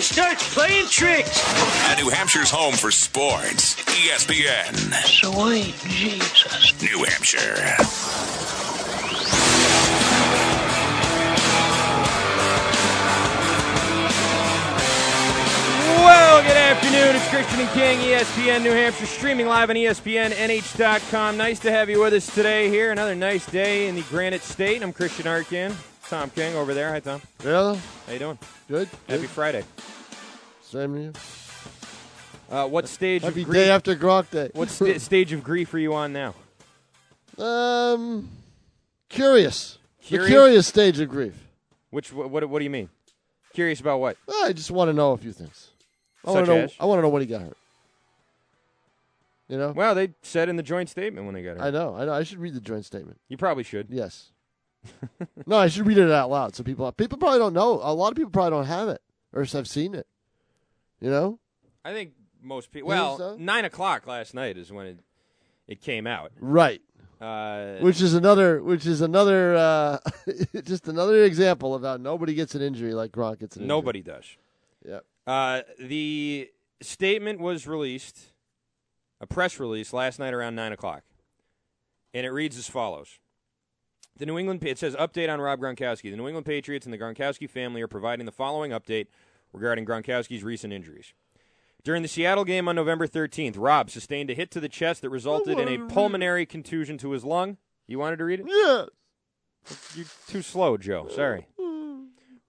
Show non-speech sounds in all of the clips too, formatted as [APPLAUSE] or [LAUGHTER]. starts playing tricks. And New Hampshire's home for sports. E ESPN, Sweet Jesus. New Hampshire. Well, good afternoon. It's Christian and King, E ESPN New Hampshire, streaming live on E ESPNNH.com. Nice to have you with us today here. Another nice day in the Granite State. I'm Christian Arkin. Tom King over there. Hi, Tom. Yeah, How you doing? good. Happy good. Friday. Same to you. Uh, what stage Happy of grief? day after Gronk Day. what [LAUGHS] sta- stage of grief are you on now? um, curious. Curious? The curious stage of grief. Which what, what, what do you mean? Curious about what? I just want to know a few things. I Such want to know. as? I want to know when he got hurt. You know. Well, they said in the joint statement when they got I her. know. I know. I should read the joint statement. You probably should. Yes. [LAUGHS] no, I should read it out loud so people people probably don't know. A lot of people probably don't have it or have seen it. You know. I think most people. You think Well, so? nine o'clock last night is when it it came out. Right. Uh, which is another which is another uh, [LAUGHS] just another example of how nobody gets an injury like Gronk gets an injury. Nobody does. Yep. Uh, the statement was released, a press release last night around nine o'clock, and it reads as follows: The New England it says update on Rob Gronkowski. The New England Patriots and the Gronkowski family are providing the following update regarding Gronkowski's recent injuries. During the Seattle game on November 13th, Rob sustained a hit to the chest that resulted in a pulmonary contusion to his lung. You wanted to read it? Yeah. You're too slow, Joe. Sorry.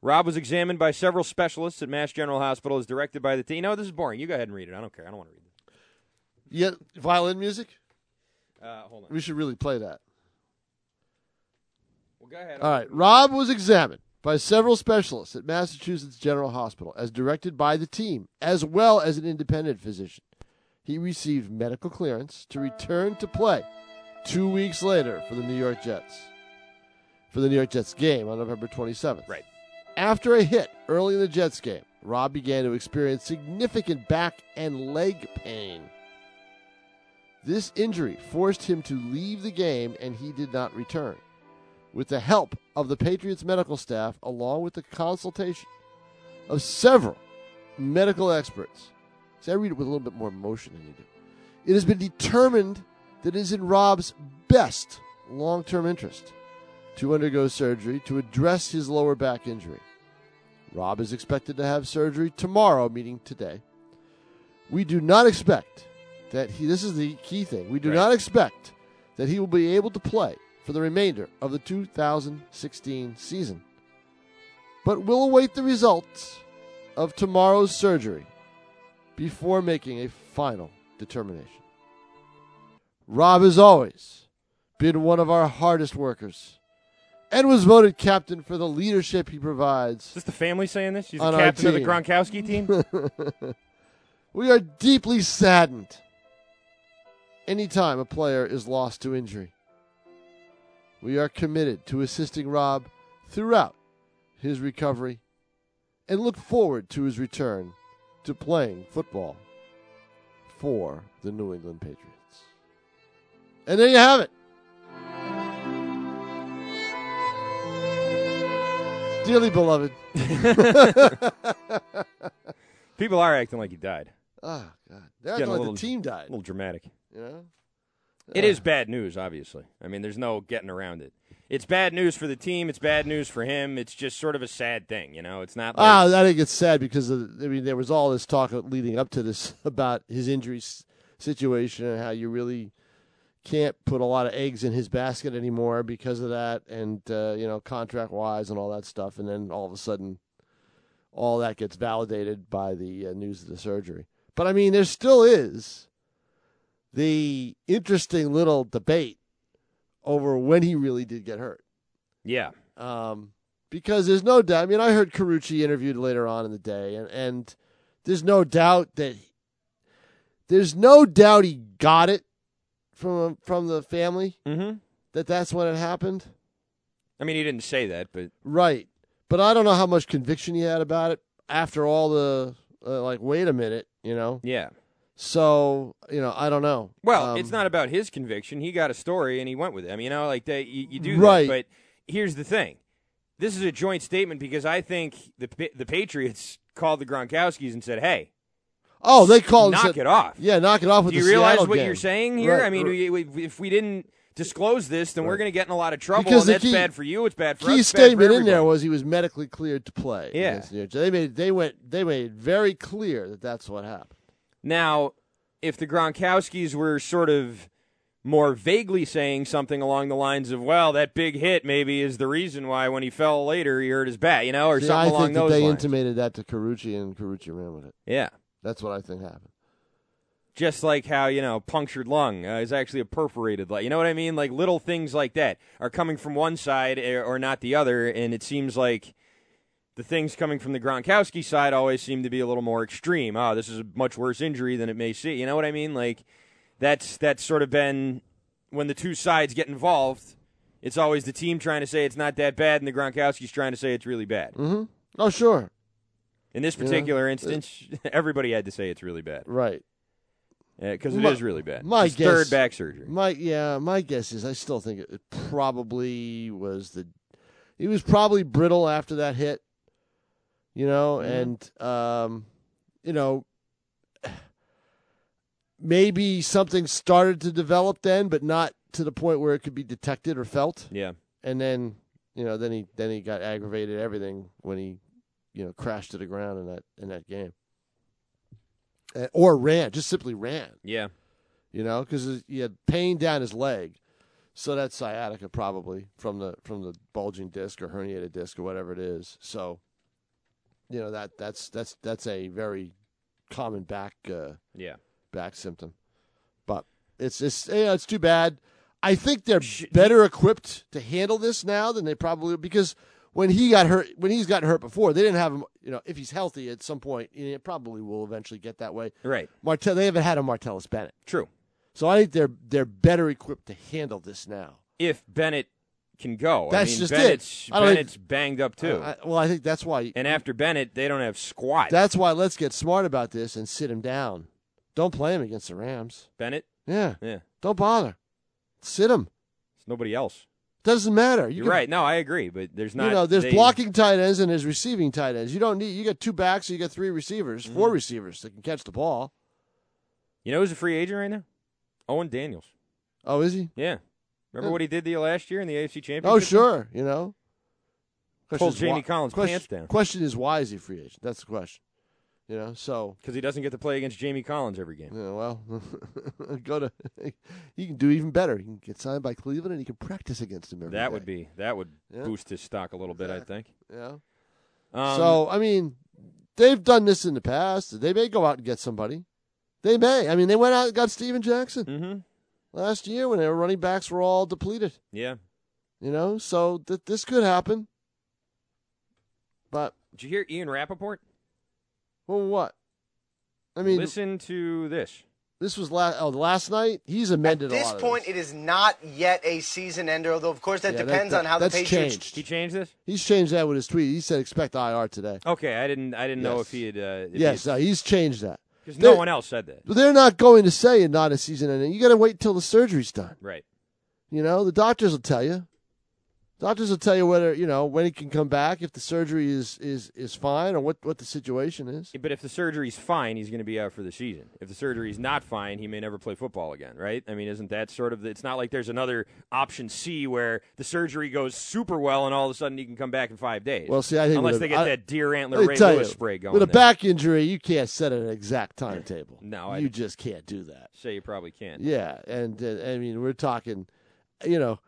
Rob was examined by several specialists at Mass General Hospital as directed by the team. You know, this is boring. You go ahead and read it. I don't care. I don't want to read it. Yeah. Violin music. Uh, hold on. We should really play that. Well, go ahead. All right. Rob was examined by several specialists at Massachusetts General Hospital as directed by the team, as well as an independent physician. He received medical clearance to return to play two weeks later for the New York Jets. For the New York Jets game on November 27th. Right. After a hit early in the Jets game, Rob began to experience significant back and leg pain. This injury forced him to leave the game and he did not return. With the help of the Patriots medical staff, along with the consultation of several medical experts, see, I read it with a little bit more emotion than you do. It has been determined that it is in Rob's best long term interest to undergo surgery to address his lower back injury. Rob is expected to have surgery tomorrow, meaning today. We do not expect that he, this is the key thing, we do Right. not expect that he will be able to play for the remainder of the 2016 season, but will await the results of tomorrow's surgery before making a final determination. Rob has always been one of our hardest workers and was voted captain for the leadership he Is provides. this the family saying this? She's the On our captain of the team. Gronkowski [LAUGHS] team? We are deeply saddened anytime a player is lost to injury. We are committed to assisting Rob throughout his recovery and look forward to his return to playing football for the New England Patriots. And there you have it. Dearly beloved. People are acting like he died. Oh, God. Getting They're a acting like little- the team A died. little dramatic. You know? It is bad news, obviously. I mean, there's no getting around it. It's bad news for the team. It's bad news for him. It's just sort of a sad thing, you know? It's not like. Ah, I think it's sad because of, I mean there was all this talk leading up to this [LAUGHS] about his injury s- situation and how you really can't put a lot of eggs in his basket anymore because of that, and uh, you know contract wise and all that stuff, and then all of a sudden, all that gets validated by the uh, news of the surgery. But I mean, there still is the interesting little debate over when he really did get hurt yeah. um, because there's no doubt. I mean, I heard Carucci interviewed later on in the day, and, and there's no doubt that there's no doubt he got it from from the family Mm hmm. that that's when it happened, I mean, he didn't say that, but right? But I don't know how much conviction he had about it after all the uh, like. Wait a minute, you know. yeah. So you know, I don't know. Well, Um, it's not about his conviction. He got a story and he went with it. I mean, you know, like they, you, you do Right. that. But here's the thing: this is a joint statement because I think the Pa- the Patriots called the Gronkowskis and said, "Hey, Oh, they called. and knock said- it off." Yeah, knock it off with Do you the realize Seattle what game. you're saying here? Right, I mean, right. we, we, if we didn't disclose this, then we're going to get in a lot of trouble, Because the and that's key- bad for you. It's bad for us. key it's bad for statement in there everybody. was he was medically cleared to play. Yeah. against New York. they made they went they made it very clear that that's what happened. Now, if the Gronkowskis were sort of more vaguely saying something along the lines of, "Well, that big hit maybe is the reason why when he fell later he hurt his back," you know, or See, I something think along that those they lines. intimated that to Carucci, and Carucci ran with it. yeah. That's what I think happened. just like how you know punctured lung uh, is actually a perforated lung. You know what I mean? Like little things like that are coming from one side or, or not the other, and it seems like the things coming from the Gronkowski side always seem to be a little more extreme. Oh, this is a much worse injury than it may see. You know what I mean? Like that's that's sort of been when the two sides get involved. It's always the team trying to say it's not that bad, and the Gronkowski's trying to say it's really bad. Oh, sure, In this particular instance, [LAUGHS] everybody had to say it's really bad right. because it My- is really bad. my It's third guess- back surgery. My yeah, my guess is I still think it probably was the he was probably brittle after that hit, you know, and um, you know, maybe something started to develop then, but not to the point where it could be detected or felt. Yeah. and then you know then he then he got aggravated everything when he you know crashed to the ground in that in that game Uh, or ran just simply ran Yeah. you know because he had pain down his leg so that's sciatica probably from the from the bulging disc or herniated disc or whatever it is so you know that that's that's that's a very common back uh, Yeah. back symptom but it's it's you know, it's too bad i think they're Sh- better equipped to handle this now than they probably because when he got hurt when he's gotten hurt before they didn't have him you know if he's healthy at some point and it probably will eventually get that way Right. martell they haven't had a martellus bennett True. so I think they're they're better equipped to handle this now. If Bennett can go, That's I mean, just it. Bennett's, I don't think- Bennett's banged up too. I- I- well, I think that's why. and after Bennett, they don't have squat. That's why let's get smart about this and sit him down. Don't play him against the Rams. Bennett, Yeah, yeah, don't bother. Sit him. it's nobody else. Doesn't matter. You You're can- right. No, I agree. But there's not. you know, there's they- blocking tight ends and there's receiving tight ends. You don't need. You got two backs. So you got three receivers, Mm-hmm. four receivers that can catch the ball. You know, who's a free agent right now? Owen Daniels. Oh, is he? Yeah. Remember Yeah. what he did the last year in the AFC Championship? Oh, sure. You know. Pulled is Jamie why- Collins' question, pants down. Question is why is he free agent? That's the question. You know, so Because he doesn't get to play against Jamie Collins every game. Yeah, well, [LAUGHS] go to. [LAUGHS] He can do even better. He can get signed by Cleveland, and he can practice against him every that day. would be that would Yeah. boost his stock a little bit, I think. Yeah. Um, so I mean, they've done this in the past. They may go out and get somebody. They may. I mean, they went out and got Steven Jackson hmm last year when their running backs were all depleted. Yeah. You know, so that this could happen. But Did you hear Ian Rappaport? well, what? I mean, Listen to this. this was last. Oh, last night he's amended At this a lot of point, it is not yet a season ender, although, of course, that Yeah, that- depends that- on how the that's Patriots. changed. He changed this. He's changed that with his tweet. He said expect IR today. Okay, I didn't. I didn't know Yes. if he had. Uh, if he Yes, had- no, he's changed that. 'cause no they- one else said that. But they're not going to say it's not a season ending. You got to wait till the surgery's done. Right. You know, the doctors will tell you. Doctors will tell you whether you know when he can come back, if the surgery is is is fine, or what what the situation is. But if the surgery's fine, he's going to be out for the season. If the surgery's not fine, he may never play football again. Right? I mean, isn't that sort of? The, it's not like there's another option C where the surgery goes super well and all of a sudden he can come back in five days. Well, see, I think unless with a- they get I- that deer antler Let me Ray tell Lewis you, spray going. with a there. back injury, you can't set an exact timetable. No, I- you just can't do that. say you probably can't. Yeah, and uh, I mean, we're talking, you know,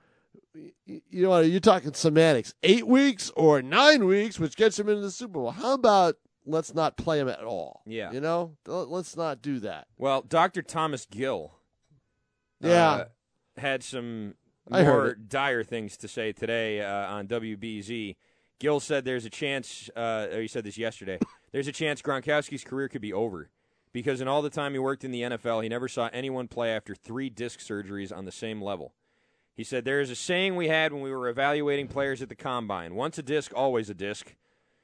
y- y- you know, you're talking semantics. Eight weeks or nine weeks, which gets him into the Super Bowl. How about let's not play him at all? Yeah. you know, L- let's not do that. Well, Doctor Thomas Gill. Yeah, uh, had some I heard more dire things to say today uh, on WBZ. Gill said there's a chance, uh, or he said this yesterday, there's a chance Gronkowski's career could be over because in all the time he worked in the NFL, he never saw anyone play after three disc surgeries on the same level. He said, There is a saying we had when we were evaluating players at the combine once a disc, always a disc.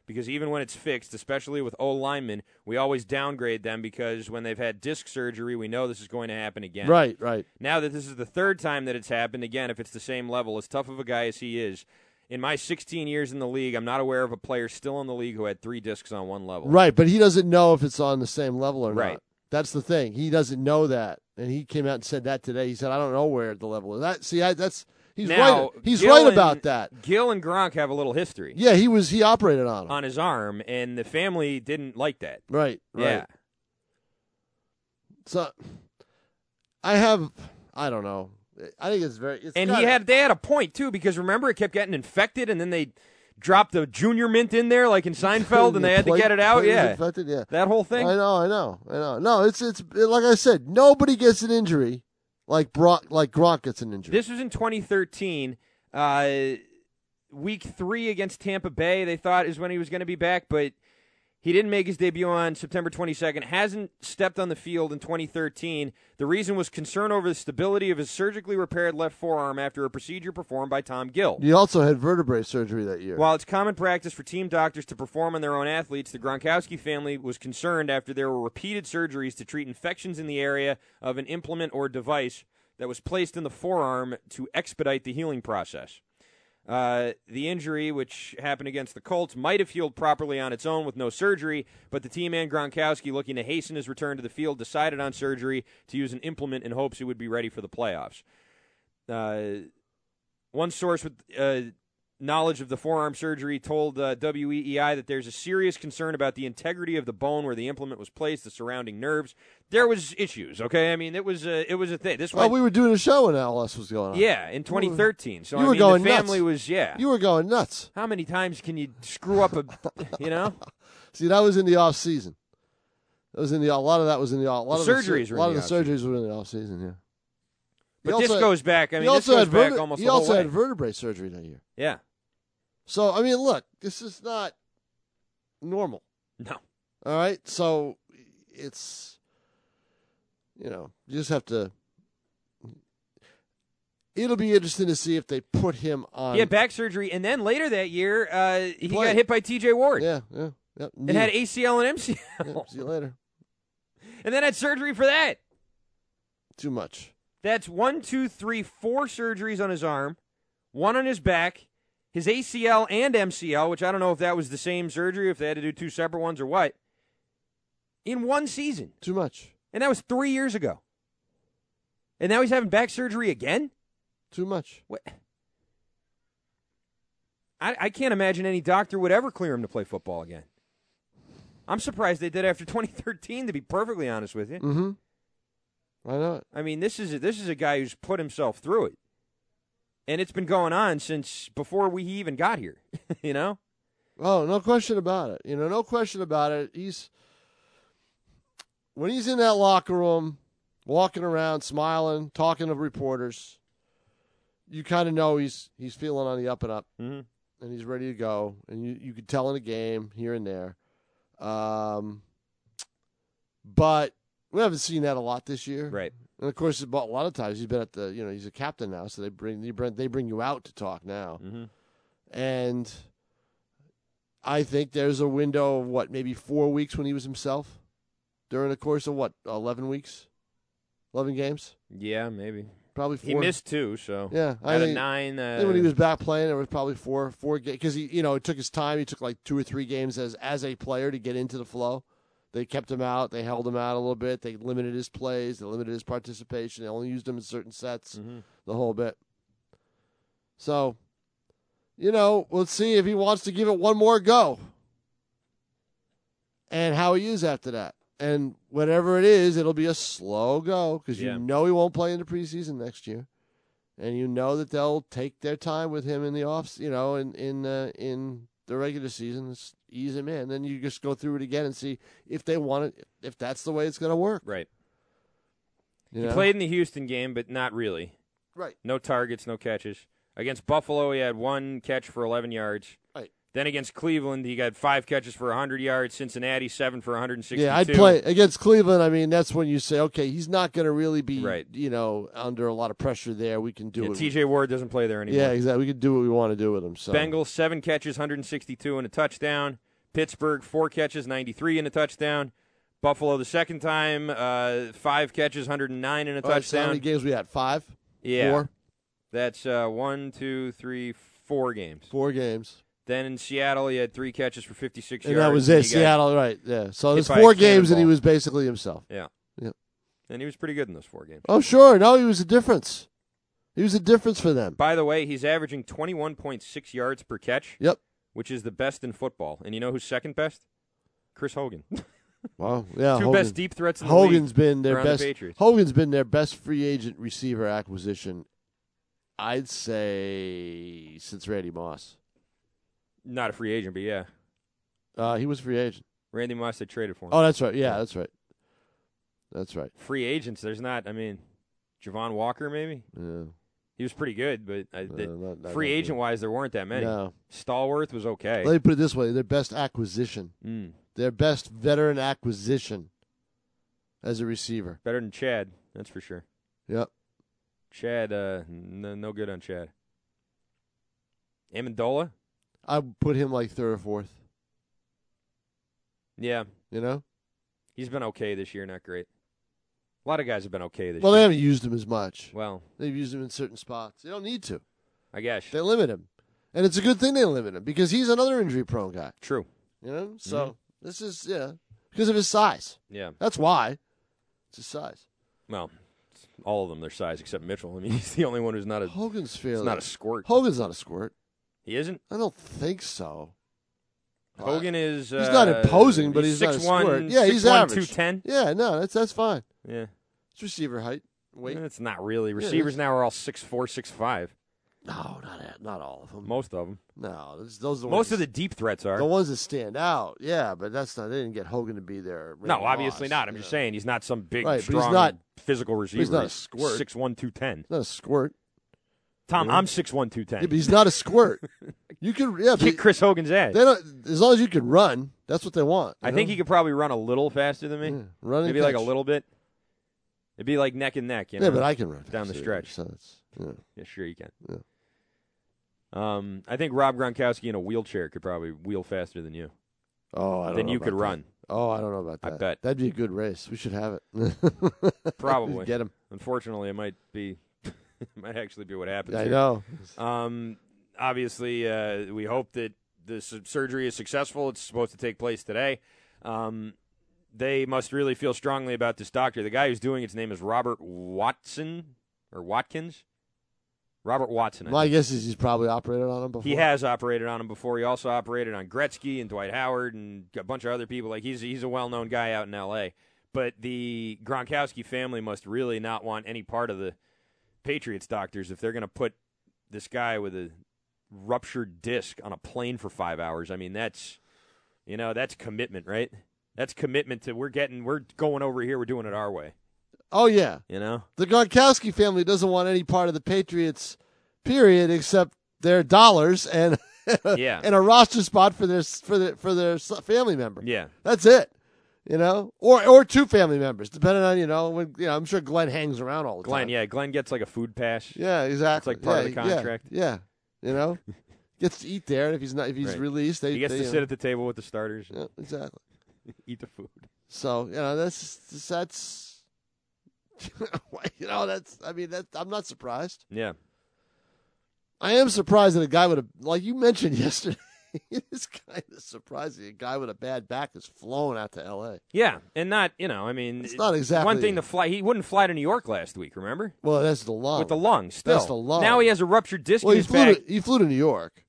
Because even when it's fixed, especially with O linemen, we always downgrade them because when they've had disc surgery, we know this is going to happen again. right, right. Now that this is the third time that it's happened, again, if it's the same level, as tough of a guy as he is, in my 16 years in the league, I'm not aware of a player still in the league who had three discs on one level. Right, but he doesn't know if it's on the same level or Right. not. That's the thing. He doesn't know that, and he came out and said that today. He said, "I don't know where the level is." That see, I, that's he's right. Now, He's Gill right and- about that. Gill and Gronk have a little history Yeah, he was. He operated on him. on his arm, and the family didn't like that. right. Right. Yeah. So I have. I don't know. I think it's very. It's and got- he had they had a point too because remember it kept getting infected and then they dropped the junior mint in there [LAUGHS] like in Seinfeld and they had to plate- get it out plate was yeah infected, yeah. that whole I thing know, I know, I know. No, it's it's like I said, nobody gets an injury like Brock like Gronk gets an injury. this was in 2013 uh week 3 against Tampa Bay they thought is when he was going to be back but he didn't make his debut on September 22nd hasn't stepped on the field in 2013 the reason was concern over the stability of his surgically repaired left forearm after a procedure performed by Tom Gill he also had vertebrae surgery that year. While it's common practice for team doctors to perform on their own athletes, the Gronkowski family was concerned after there were repeated surgeries to treat infections in the area of an implement or device that was placed in the forearm to expedite the healing process. Uh, the injury, which happened against the Colts, might have healed properly on its own with no surgery, but the team and Gronkowski, looking to hasten his return to the field, decided on surgery to use an implement in hopes he would be ready for the playoffs. Uh, one source with uh, knowledge of the forearm surgery told uh, WEEI that there's a serious concern about the integrity of the bone where the implement was placed, the surrounding nerves. There was issues. Okay, I mean it was a, it was a thing. This well, one, Oh, we were doing a show when all this was going on. yeah, in 2013. So You I were mean, going the nuts. family was yeah. You were going nuts. How many times can you screw up a, [LAUGHS] you know? See, that was in the off season. That was in the a lot of that was in the a lot The of the, sur- surgeries were a lot in of the the surgeries were in the off season. Yeah, But He this also- goes back. I mean, he also this goes had back vertebra- almost he the whole also way. had vertebrae surgery that year. yeah. So I mean, look, this is not normal. No. All right. So it's, you know, you just have to. It'll be interesting to see if they put him on. He had back surgery, and then later that year, uh, he Played. got hit by T.J. Ward Yeah. Yeah. Yep. and had ACL and MCL, yeah, See you later. and then had surgery for that. Too much. That's one, two, three, four surgeries on his arm, one on his back, his ACL and MCL, which I don't know if that was the same surgery, if they had to do two separate ones or what, in one season. Too much. And that was three years ago. And now he's having back surgery again? Too much. What? I, I can't imagine any doctor would ever clear him to play football again. I'm surprised they did after [LAUGHS] 2013. To be perfectly honest with you, Mm-hmm. Why not? I mean this is a, this is a guy who's put himself through it, and it's been going on since before we even got here. [LAUGHS] you know, Oh, no question about it. You know, no question about it. He's when he's in that locker room, walking around, smiling, talking to reporters. You kind of know he's he's feeling on the up and up, Mhm. and he's ready to go. And you you could tell in a game here and there, um, but we haven't seen that a lot this year, right? And of course, a lot of times he's been at the you know he's a captain now, so they bring they bring, they bring you out to talk now Mm-hmm. and I think there's a window of what maybe four weeks when he was himself during the course of what eleven weeks, eleven games, Yeah, maybe probably four. he missed two, so Yeah, I out of think- nine. I Uh, think when he was back playing, there was probably four, four games because he, you know, it took his time. He took like two or three games as as a player to get into the flow. They kept him out. They held him out a little bit. They limited his plays. They limited his participation. They only used him in certain sets Mhm. the whole bit. So, you know, let's see if he wants to give it one more go and how he is after that. And whatever it is, it'll be a slow go because Yeah. you know he won't play in the preseason next year. And you know that they'll take their time with him in the offs, you know, in in uh, in the regular season, just ease him in. Then you just go through it again and see if they want it, if that's the way it's going to work. right. You He know? played in the Houston game, but not really. right, No targets, no catches. Against Buffalo, he had one catch for 11 yards. right. Then against Cleveland, he got five catches for 100 yards. Cincinnati, seven for 162. Yeah, I'd play against Cleveland. I mean, that's when you say, okay, he's not going to really be, Right. you know, under a lot of pressure there. We can do Yeah, it. TJ Ward doesn't play there anymore. yeah, exactly. We can do what we want to do with him. So Bengals, seven catches, 162 and a touchdown. Pittsburgh, four catches, 93 and a touchdown. Buffalo, the second time, uh, five catches, 109 and a All right, so how touchdown. many games we had? Five. yeah. Four. That's uh, one, two, three, four games. Four games. Then in Seattle, he had three catches for 56 And yards. that was and it. he got- Seattle, right. Yeah. So hit there's by a four games and he cannonball. was basically himself. Yeah. Yep. And he was pretty good in those four games. Oh, sure. No, he was a difference. He was a difference for them. By the way, he's averaging 21.6 yards per catch, Yep. which is the best in football. And you know who's second best? Chris Hogan. Wow. Yeah. Two Uh, Hogan. best deep threats in the Hogan's league been their are on best. The Patriots. Hogan's been their best free agent receiver acquisition. I'd say since Randy Moss. Not a free agent, but yeah. Uh, he was a free agent. Randy Moss, they traded for him. Oh, that's right. Yeah, that's right. That's right. Free agents, there's not, I mean, Javon Walker maybe? Yeah. He was pretty good, but I, No, the- Uh, not- not free that good. agent wise, there weren't that many. No. Stallworth was okay. Let me put it this way: their best acquisition, Mm, their best veteran acquisition, as a receiver. better than Chad, that's for sure. Yep. Chad, uh, no, no good on Chad. Amendola? I would put him like third or fourth. Yeah. You know. He's been okay this year, not great. A lot of guys have been okay this Well, they year. haven't used him as much. Well, They've used him in certain spots. They don't need to. I guess. They limit him, and it's a good thing they limit him because he's another injury-prone guy. True. You Mm-hmm. know. So this is yeah because of his size. Yeah. That's why. It's his size. Well, it's all of them their size except Mitchell. I mean, [LAUGHS] he's the only one who's not a Hogan's fairly. Uh, it's not a squirt. Hogan's not a squirt. he isn't. I don't think so. Hogan is. Uh, He's not imposing, but he's, six not a squirt. one. Yeah, he's average. Two ten. Yeah, no, that's that's fine. Yeah. It's receiver height. Weight. That's not really. it Receivers is. now are all six four, six five. No, not a- not all of them. Most of them. No, those, those are the Most ones, of the deep threats are. the ones that stand out. Yeah, but that's not. They didn't get Hogan to be there. no, obviously not. I'm just saying he's not some big, Right, but he's strong, not- physical receiver. not a squirt. Six one, two ten. Not a squirt. Tom, I'm six one, two ten. Yeah, but he's not a [LAUGHS] squirt. you can yeah. Kick But Chris Hogan's ass. they don't, as long as you can run, that's what they want. you I think know? he could probably run a little faster than me. Yeah, run and Maybe like a catch. little bit. It'd be like neck and neck, you know. Yeah, but I can run down the faster, stretch. So it's, yeah. Yeah, sure you can. Um, I think Rob Gronkowski in a wheelchair could probably wheel faster than you. Oh, I don't Then know you about could that. run, Oh, I don't know about I that. bet. that'd be a good race. We should have it. [LAUGHS] probably. get him. Unfortunately, it might be, [LAUGHS] it might actually be what happens. I here. know. Um, obviously, uh, we hope that this surgery is successful. It's supposed to take place today. Um, they must really feel strongly about this doctor. The guy who's doing its name is Robert Watson or Watkins. Robert Watson. I My think. guess is he's probably operated on him before. He has operated on him before. He also operated on Gretzky and Dwight Howard and a bunch of other people. Like he's he's a well known guy out in L.A. But the Gronkowski family must really not want any part of the Patriots doctors if they're going to put this guy with a ruptured disc on a plane for five hours. I mean, that's you know that's commitment, right? That's commitment to we're getting we're going over here. We're doing it our way. Oh yeah, You know, the Gronkowski family doesn't want any part of the Patriots, period, except their dollars and [LAUGHS] Yeah. and a roster spot for their for their for their s- family member. yeah. that's it. You know, or or two family members, depending on you know when you know. I'm sure Glenn hangs around all the Glenn, time. yeah, Glenn gets like a food pass. yeah, exactly. It's like part yeah, of the yeah, contract. Yeah, you [LAUGHS] know, gets to eat there, and if he's not if he's Right. released, they He gets they, uh, to you sit know, at the table with the starters, and yeah, exactly. eat the food. So you know that's that's [LAUGHS] you know that's I mean that I'm not surprised. Yeah. I am surprised that a guy with a like you mentioned [LAUGHS] yesterday. it's kind of surprising a guy with a bad back is flown out to L.A. Yeah, and not you know, I mean, It's not exactly- one thing to fly. He wouldn't fly to New York last week, remember? Well, that's the lung. With the lung, Oh, still. That's the lung. Now he has a ruptured disc Well, in he his flew back. to he flew to New York.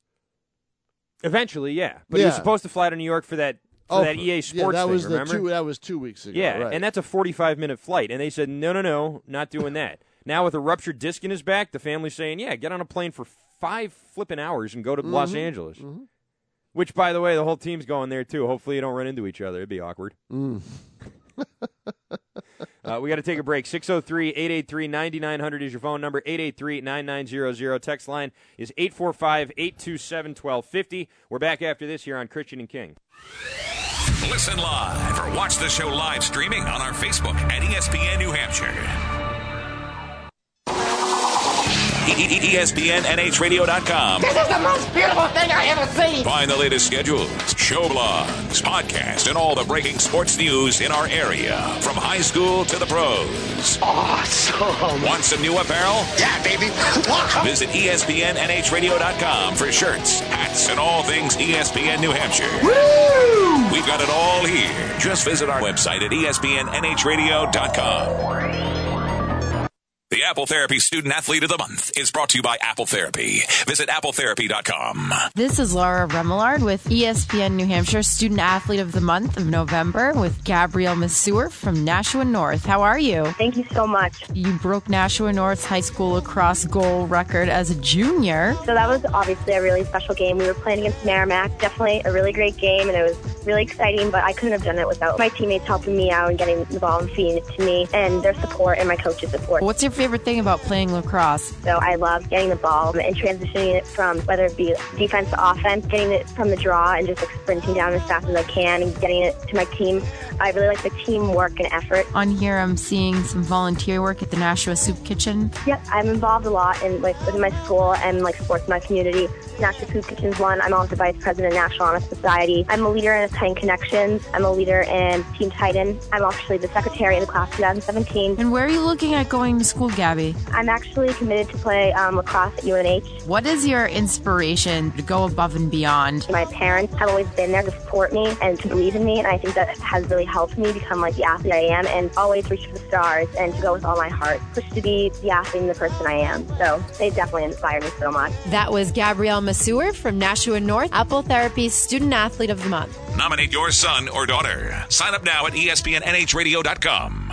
Eventually, yeah, but he was Yeah. supposed to fly to New York for that for that for- EA Sports Oh, yeah, that thing, was the remember? two. That was two weeks ago. yeah, right. and that's a forty-five minute flight, and they said no, no, no, not doing that. now with a ruptured disc in his back, the family's saying, yeah, get on a plane for five flipping hours and go to Los Mm-hmm, Angeles. Which, by the way, the whole team's going there too. Hopefully, you don't run into each other. It'd be awkward. Mm. [LAUGHS] Uh, we got to take a break. 603 883 9900 is your phone number. 883 9900. Text line is 845 827 1250. We're back after this here on Christian and King. Listen live or watch the show live streaming on our E Facebook at ESPN New Hampshire. ESPNNHradio.com. This is the most beautiful thing I ever seen. Find the latest schedules, show blogs, podcasts, and all the breaking sports news in our area, from high school to the pros. Awesome. Want some new apparel? Yeah, baby. Visit E ESPNNHradio.com for shirts, hats, and all things E ESPN New Hampshire. Woo! We've got it all here. Just visit our website at E espnnhradio.com. The Apple Therapy Student Athlete of the Month is brought to you by Apple Therapy. Visit appletherapy.com. This is Laura Remillard with E ESPN New Hampshire Student Athlete of the Month of November with Gabrielle Masseur from Nashua North. How are you? Thank you so much. You broke Nashua North's high school lacrosse goal record as a junior. So that was obviously a really special game. We were playing against Merrimack, definitely a really great game, and it was really exciting. But I couldn't have done it without my teammates helping me out and getting the ball and feeding it to me, and their support and my coach's support. What's your favorite thing about playing lacrosse? So I love getting the ball and transitioning it from whether it be defense to offense, getting it from the draw and just like sprinting down as fast as I can and getting it to my team. I really like the teamwork and effort. On here, I'm seeing some volunteer work at the Nashua Soup Kitchen. Yep, I'm involved a lot in like with my school and like sports in my community. National Food Kitchen's one. I'm also vice president of National Honor Society. I'm a leader in Titan Connections. I'm a leader in Team Titan. I'm actually the secretary in the class of 2017. And where are you looking at going to school, Gabby? I'm actually committed to play um, lacrosse at UNH. What is your inspiration to go above and beyond? My parents have always been there to support me and to believe in me, and I think that has really helped me become like the athlete I am and always reach for the stars and to go with all my heart, push to be the athlete and the person I am. So they definitely inspire me so much. That was Gabrielle Masseur from Nashua North, Apple Therapy's Student Athlete of the Month. Nominate your son or daughter. Sign up now at E espnnhradio.com.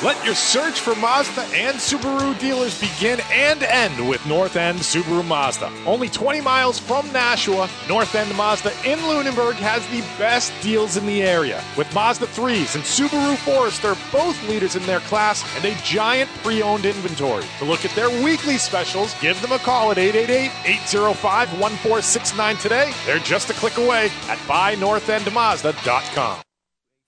Let your search for Mazda and Subaru dealers begin and end with North End Subaru Mazda. Only 20 miles from Nashua, North End Mazda in Lunenburg has the best deals in the area. With Mazda 3s and Subaru Forester, both leaders in their class, and a giant pre owned inventory. To look at their weekly specials, give them a call at 888 805 1469 today. They're just a click away at buynorthendmazda.com.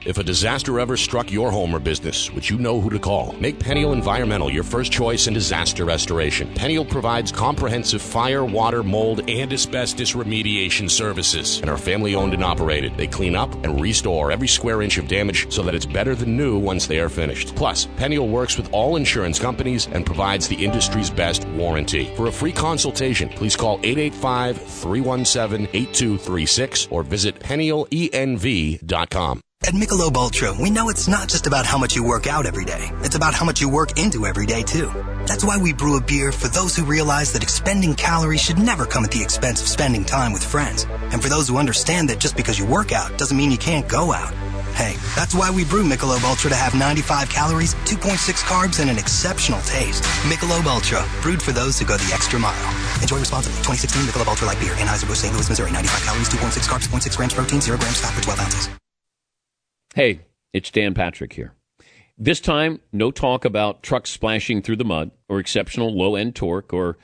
If a disaster ever struck your home or business, would you know who to call? Make Peniel Environmental your first choice in disaster restoration. Peniel provides comprehensive fire, water, mold, and asbestos remediation services and are family owned and operated. They clean up and restore every square inch of damage so that it's better than new once they are finished. Plus, Peniel works with all insurance companies and provides the industry's best warranty. For a free consultation, please call 885 317 8236 or visit E penialenv.com. At Michelob Ultra, we know it's not just about how much you work out every day. It's about how much you work into every day, too. That's why we brew a beer for those who realize that expending calories should never come at the expense of spending time with friends. And for those who understand that just because you work out doesn't mean you can't go out. Hey, that's why we brew Michelob Ultra to have 95 calories, 2.6 carbs, and an exceptional taste. Michelob Ultra, brewed for those who go the extra mile. Enjoy responsibly. 2016 Michelob Ultra Light Beer, Anheuser-Busch, St. Louis, Missouri. 95 calories, 2.6 carbs, 0.6 grams protein, 0 grams fat per 12 ounces. Hey, it's Dan Patrick here. This time, no talk about trucks splashing through the mud or exceptional low end torque or,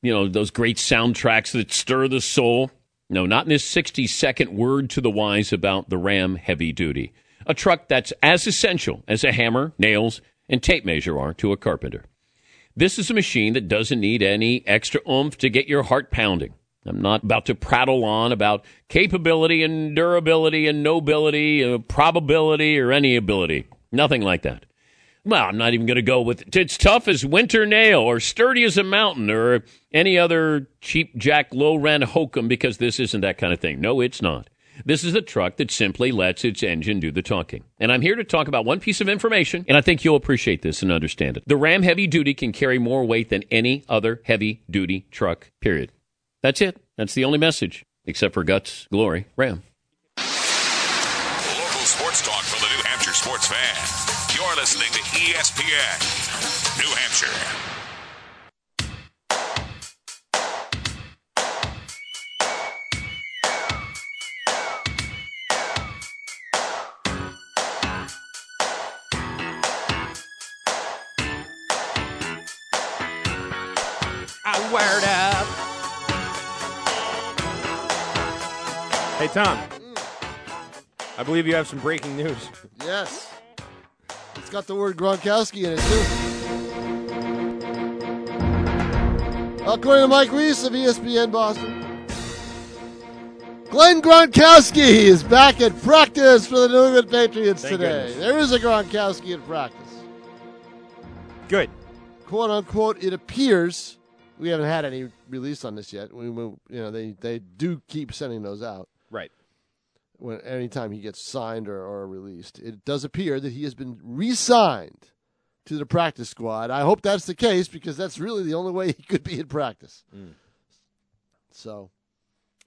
you know, those great soundtracks that stir the soul. No, not in this 60 second word to the wise about the Ram Heavy Duty, a truck that's as essential as a hammer, nails, and tape measure are to a carpenter. This is a machine that doesn't need any extra oomph to get your heart pounding. I'm not about to prattle on about capability and durability and nobility, uh, probability or any ability. Nothing like that. Well, I'm not even going to go with it's tough as winter nail or sturdy as a mountain or any other cheap jack low rent hokum because this isn't that kind of thing. No, it's not. This is a truck that simply lets its engine do the talking. And I'm here to talk about one piece of information, and I think you'll appreciate this and understand it. The Ram Heavy Duty can carry more weight than any other heavy duty truck, period. That's it. That's the only message, except for guts, glory, Ram. Local sports talk for the New Hampshire sports fan. You're listening to E ESPN, New Hampshire. I wired up. Hey, Tom. I believe you have some breaking news. Yes. It's got the word Gronkowski in it, too. According to Mike Reese of E ESPN Boston, Glenn Gronkowski is back at practice for the New England Patriots Thank today. goodness. There is a Gronkowski in practice. [LAUGHS] Good. Quote unquote, it appears. We haven't had any release on this yet. We, we- you know, they, they do keep sending those out. Right. when anytime he gets signed or, or released. It does appear that he has been re-signed to the practice squad. I hope that's the case because that's really the only way he could be in practice. Mm. So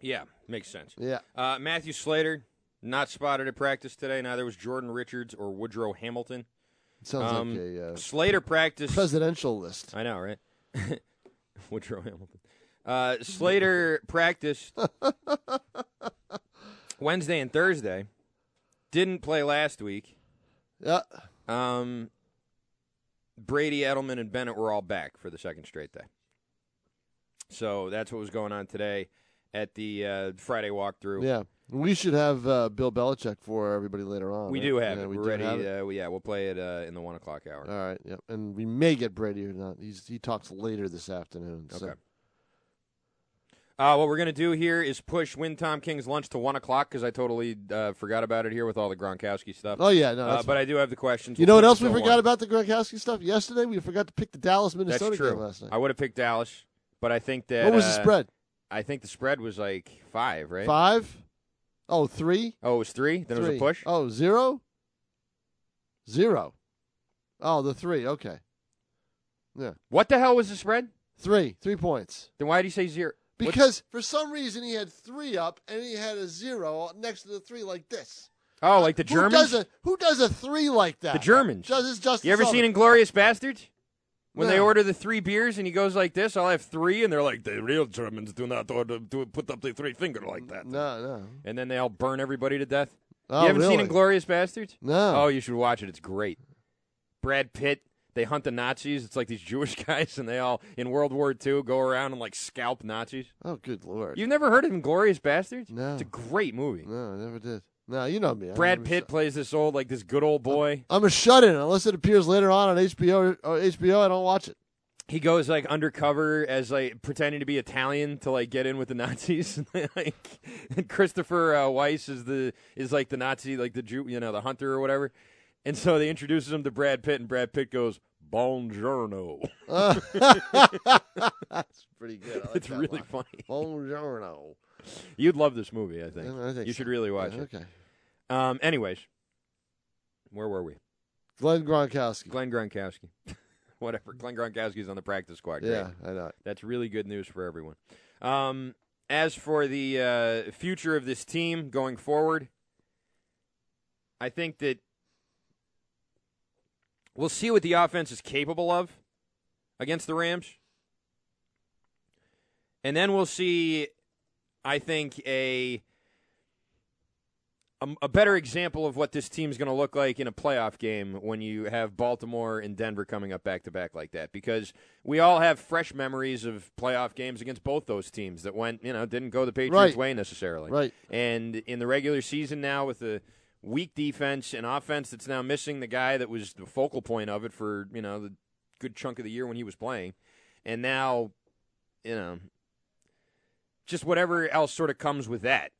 Yeah, makes sense. yeah, Uh, Matthew Slater, not spotted at practice today. Neither was Jordan Richards or Woodrow Hamilton. sounds Um, like a uh, Slater practiced. presidential list. [LAUGHS] I know, right? [LAUGHS] Woodrow Hamilton. Uh, [LAUGHS] Slater practiced Wednesday and Thursday. Didn't play last week. Yeah. Um, Brady, Edelman, and Bennett were all back for the second straight day. So that's what was going on today at the uh, Friday walkthrough. Yeah, we should have uh, Bill Belichick for everybody later on. We right? do have Yeah, it. We We are do ready. have it. Uh, we- yeah, we'll play it uh, in the one o'clock hour. All right. Yep. And we may get Brady or not. He's he talks later this afternoon. So. Okay. Uh, what we're gonna do here is push Win Tom King's lunch to one o'clock because I totally uh, forgot about it here with all the Gronkowski stuff. Oh, yeah, no, uh, that's but I do have the questions. You We'll know what else push it we till forgot one. about the Gronkowski stuff? Yesterday we forgot to pick the Dallas Minnesota That's true. game last night. I would have picked Dallas, but I think that What was the uh, spread? I think the spread was like five, right? Five? Oh, three? Oh, it was three. Then it was Three. a push. Oh, zero? Zero. Oh, the three. Okay. Yeah. What the hell was the spread? Three. Three points. Then why did you say zero? What- Because for some reason he had three up and he had a zero next to the three like this. oh, like the Who Germans. does a who does a three like that? The Germans. Just, it's just you ever seen Inglorious Bastards? When they No. order the three beers and he goes like this, I'll have three, and they're like, the real Germans do not order to put up the three finger like that. No, no. And then they all burn everybody to death. Oh, you haven't seen really? Inglorious Bastards? No. Oh, you should watch it. It's great. Brad Pitt. They hunt the Nazis. It's like these Jewish [LAUGHS] guys, and they all in World War II go around and like scalp Nazis. Oh, good lord. You've never heard of Inglorious Bastards? No. It's a great movie. No, I never did. No, you know me. I Brad never Pitt plays this old like this good old boy. I'm a shut in unless it appears later on on HBO. Or HBO, I don't watch it. he goes like undercover as like pretending to be Italian to like get in with the Nazis. [LAUGHS] like, and Christopher uh, Weiss is the is like the Nazi, like the Jew, you know, the hunter or whatever. And so they introduces him to Brad Pitt, and Brad Pitt goes, "Buongiorno." [LAUGHS] Uh, that's pretty good. I like it's that really one. [LAUGHS] funny. Buongiorno. You'd love this movie, I think. I think you so. should really watch Yeah, it. Okay. Um. Anyways, where were we? Glenn Gronkowski. Glenn Gronkowski. [LAUGHS] Whatever. Glenn Gronkowski's on the practice squad. Great. Yeah, I know. That's really good news for everyone. Um, as for the uh, future of this team going forward, I think that we'll see what the offense is capable of against the Rams. And then we'll see, I think, a a, a better example of what this team's going to look like in a playoff game when you have Baltimore and Denver coming up back to back like that because we all have fresh memories of playoff games against both those teams that went, you know, didn't go the Patriots Right. way necessarily. Right. And in the regular season now with the weak defense and offense that's now missing the guy that was the focal point of it for, you know, the good chunk of the year when he was playing. And now, you know, just whatever else sort of comes with that.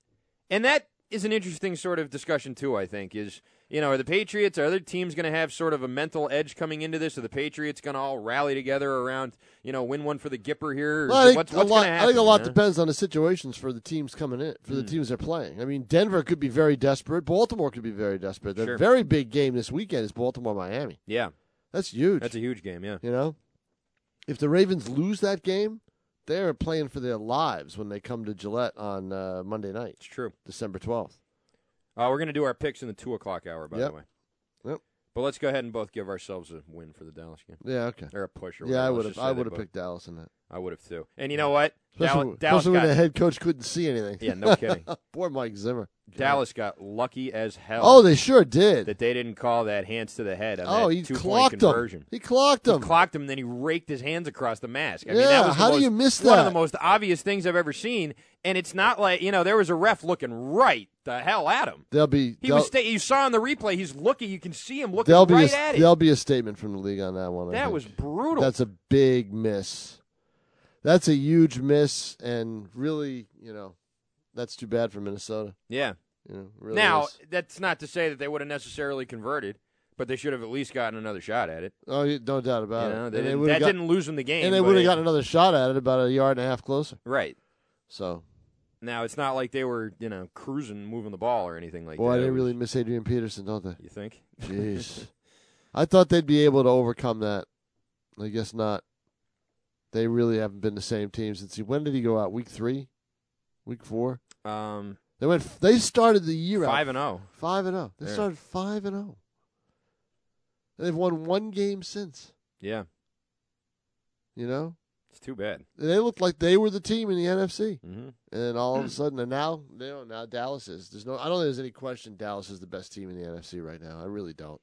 And that is an interesting sort of discussion too, I think, is you know, are the Patriots, are other teams going to have sort of a mental edge coming into this? Are the Patriots going to all rally together around, you know, win one for the Gipper here? Or Well, I think, what's a what's lot, going to I happen? Hmm. think a lot you know? depends on the situations for the teams coming in, for the teams they're playing. I mean, Denver could be very desperate. Baltimore could be very desperate. The Sure. very big game this weekend is Baltimore Miami. Yeah, That's huge. that's a huge game. Yeah, You know, if the Ravens lose that game, they're playing for their lives when they come to Gillette on uh, Monday night, it's true. December twelfth. Uh, we're going to do our picks in the two o'clock hour, by Yep. the way. Yep. But let's go ahead and both give ourselves a win for the Dallas game. Yeah, okay. Or a push or Yeah, I whatever. Let's would have. just say I they would have both- picked Dallas in that. I would have too. And you know what? Especially, Dal- Dallas especially when got- the head coach couldn't see anything. Yeah, no kidding. [LAUGHS] Poor Mike Zimmer. Dallas got lucky as hell. Oh, they sure did. That they didn't call that hands to the head. on Oh, that he two-point clocked 'em. conversion. He clocked He him. clocked him, then he raked his hands across the mask. I mean, Yeah, that was the how do most- you miss One of that? the most obvious things I've ever seen. And it's not like you know there was a ref looking right the hell at him. They'll be. He they'll, was. Sta- you saw on the replay. He's looking. You can see him looking there'll be right a, at there'll it. be a statement from the league on that one. I That think. was brutal. That's a big miss. That's a huge miss, and really, you know, that's too bad for Minnesota. Yeah. You know, really now is. that's not to say that they would have necessarily converted, but they should have at least gotten another shot at it. Oh, yeah, no doubt about You know, it. they And didn't- would've that didn't lose them the game, and they but would have it- gotten another shot at it about a yard and a half closer. Right. So, Now it's not like they were you know cruising, moving the ball or anything like boy, that. they It was- really miss Adrian Peterson, don't they? You think? Jeez, I thought they'd be able to overcome that. I guess not. They really haven't been the same team since he. When did he go out? Week three, week four. [LAUGHS] Um, They went. f- They started the year out five and oh. zero. Five and zero. They There. started five and zero. And They've won one game since. Yeah, You know, it's too bad. they looked like they were the team in the NFC, Mhm. and all of a sudden, and now they don't. Now Dallas is. There's no. I don't think there's any question. Dallas is the best team in the NFC right now. I really don't.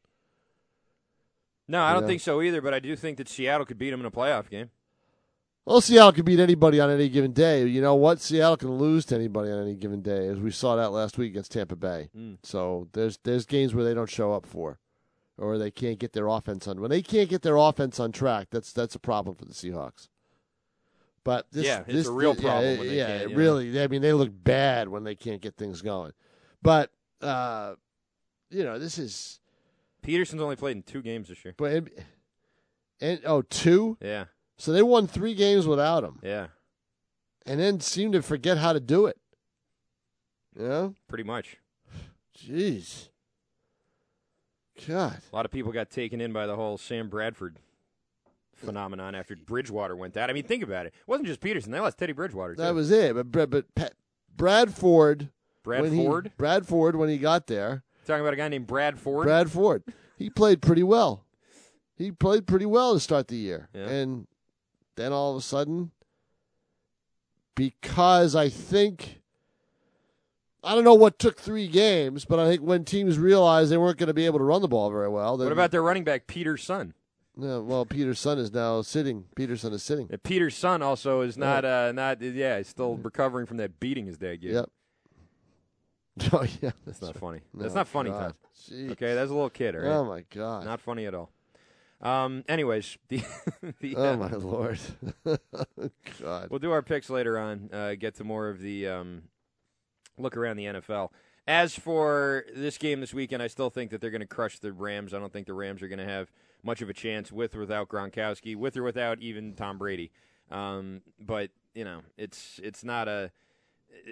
No, I don't Yeah. think so either. But I do think that Seattle could beat them in a playoff game. Well, Seattle can beat anybody on any given day. You know what? Seattle can lose to anybody on any given day, as we saw that last week against Tampa Bay. Mm. So there's there's games where they don't show up for, or they can't get their offense on. When they can't get their offense on track, that's that's a problem for the Seahawks. But this, Yeah, it's this- a real yeah, problem when they yeah, can't, it you know. really. I mean, they look bad when they can't get things going. But uh, you know, this is Peterson's only played in two games this year. but and, and oh two. Yeah, So they won three games without him yeah, and then seem to forget how to do it. You know? pretty much. Jeez. God. A lot of people got taken in by the whole Sam Bradford phenomenon after Bridgewater went down. I mean, think about it. It wasn't just Peterson; they lost Teddy Bridgewater too. That was it. But but, but Pat, Bradford. Brad when he- Ford? Brad Ford when he got there. Talking about a guy named Brad Ford. Brad Ford. He played pretty well. He played pretty well to start the year. Yeah. And then all of a sudden, because I think, I don't know what took three games, but I think when teams realized they weren't going to be able to run the ball very well, What then- about their running back Peter's son? No, well, Peter's son is now sitting. Peter's son is sitting. Uh, Peter's son also is not uh, not yeah, he's still recovering from that beating his dad gave. Yep. [LAUGHS] Oh yeah, That's not funny. No, that's not funny, God. Todd. Jeez. Okay, that's a little kid, all right? Oh my God. Not funny at all. Um. Anyways, [LAUGHS] the, the Oh uh, my lord. [LAUGHS] Oh, God. We'll do our picks later on. Uh, get to more of the um, look around the NFL. As for this game this weekend, I still think that they're going to crush the Rams. I don't think the Rams are going to have much of a chance with or without Gronkowski, with or without even Tom Brady. Um, but you know, it's it's not a.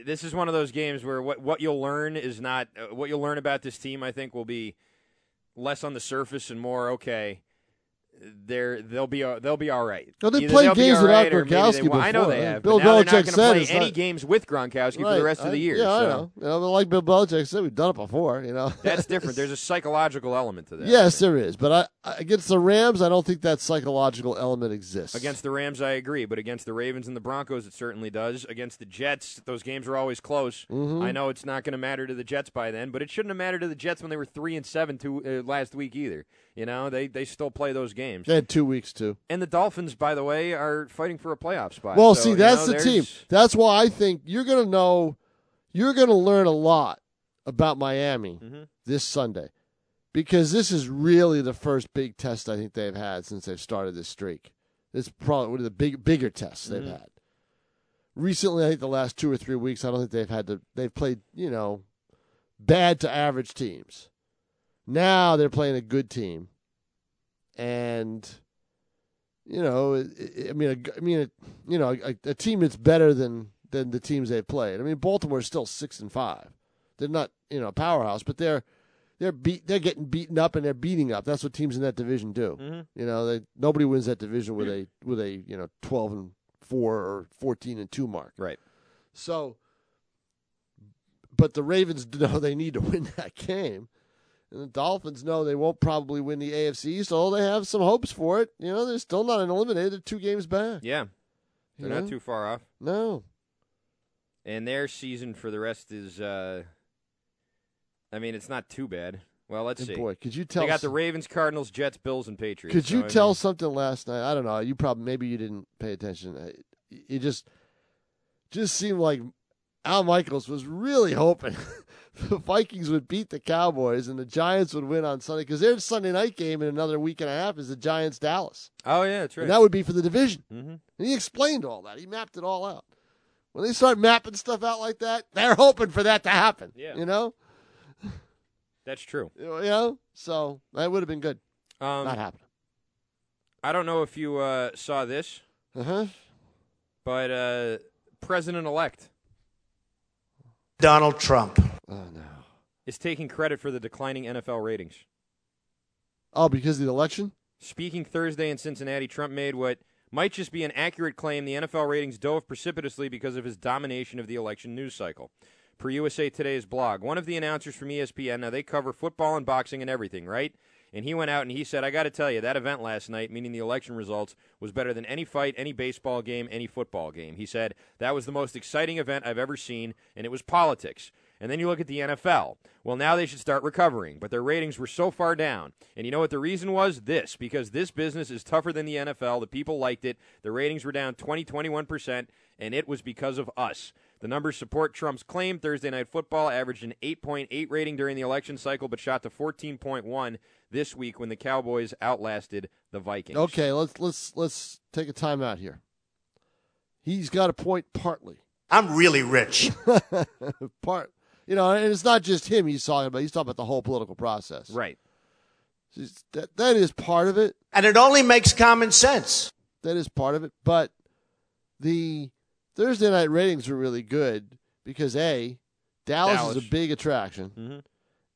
This is one of those games where what what you'll learn is not uh, what you'll learn about this team. I think will be less on the surface and more okay. They're they'll be uh, they'll be all right. No, they Either played they'll be games all right without or maybe they Gronkowski won't. I know before, they right? have. Bill but now they're Belichick not going to said play it's any not- games with Gronkowski for Right, the rest of I- the year. Yeah, I so know. [LAUGHS] You know, but Like Bill Belichick said, we've done it before. You know. [LAUGHS] That's different. There's a psychological element to that. yes, there is. But I, I- against the Rams, I don't think that psychological element exists. Against the Rams, I agree, but against the Ravens and the Broncos, it certainly does. Against the Jets, those games are always close. Mhm. I know it's not going to matter to the Jets by then, but it shouldn't have mattered to the Jets when they were three and seven two, uh, last week either. You know, they they still play those games. they had two weeks too. And the Dolphins, by the way, are fighting for a playoff spot. Well, So, see, you that's know, the there's- team. That's why I think you're going to know, you're going to learn a lot about Miami Mm-hmm. this Sunday because this is really the first big test I think they've had since they've started this streak. It's probably one of the big, bigger tests they've Mm-hmm. Mhm. had. Recently, I think the last two or three weeks, I don't think they've had to, they've played, you know, bad to average teams. Now they're playing a good team. And you know, it- it- I mean, a g- I mean, a, you know, a, a team that's better than than the teams they've played. I mean, Baltimore's still six and five. They're not, you know, a powerhouse, but they're they're beat. They're getting beaten up and they're beating up. That's what teams in that division do. Mhm. You know, they, nobody wins that division with a with a you know twelve and four or fourteen and two mark. Right. [LAUGHS] So, but the Ravens know they need to win that game, And the Dolphins know they won't probably win the AFC, so they have some hopes for it. You know, they're still not an eliminated. They're two games back. Yeah. They're Yeah. not too far off. No. And their season for the rest is, uh, I mean, it's not too bad. Well, let's And see. boy, could you tell They got us- the Ravens, Cardinals, Jets, Bills, and Patriots. Could so, you I tell mean, something last night? I don't know. You probably maybe you didn't pay attention. It- It just just seemed like Al Michaels was really hoping [LAUGHS] the Vikings would beat the Cowboys and the Giants would win on Sunday because their Sunday night game in another week and a half is the Giants Dallas. Oh yeah, that's right. And that would be for the division. Mm-hmm. And he explained all that. He mapped it all out. When they start mapping stuff out like that, they're hoping for that to happen. Yeah. You know? that's true. You know? So that would have been good. Um, Not happening. I don't know if you uh, saw this, Uh-huh. but uh, President-elect Donald Trump. Oh no. is taking credit for the declining NFL ratings. Oh, because of the election? Speaking Thursday in Cincinnati, Trump made what might just be an accurate claim the NFL ratings dove precipitously because of his domination of the election news cycle. Per USA Today's blog, one of the announcers from E ESPN, now they cover football and boxing and everything, right? And he went out and he said, I got to tell you, that event last night, meaning the election results, was better than any fight, any baseball game, any football game. He said, that was the most exciting event I've ever seen, and it was politics. And then you look at the NFL. Well, now they should start recovering, but their ratings were so far down. And you know what the reason was? This, because this business is tougher than the NFL. The people liked it. The ratings were down 20, 21%, and it was because of us. The numbers support Trump's claim. Thursday Night Football averaged an 8.8 rating during the election cycle, but shot to 14.1 this week when the Cowboys outlasted the Vikings. Okay, let's let's let's take a time out here. He's got a point partly. [LAUGHS] I'm really rich. Part you know, and it's not just him he's talking about, he's talking about the whole political process. Right. That that is part of it. And it only makes common sense. That is part of it. But the Thursday night ratings were really good because A, Dallas, is Dallas. a big attraction. Mhm.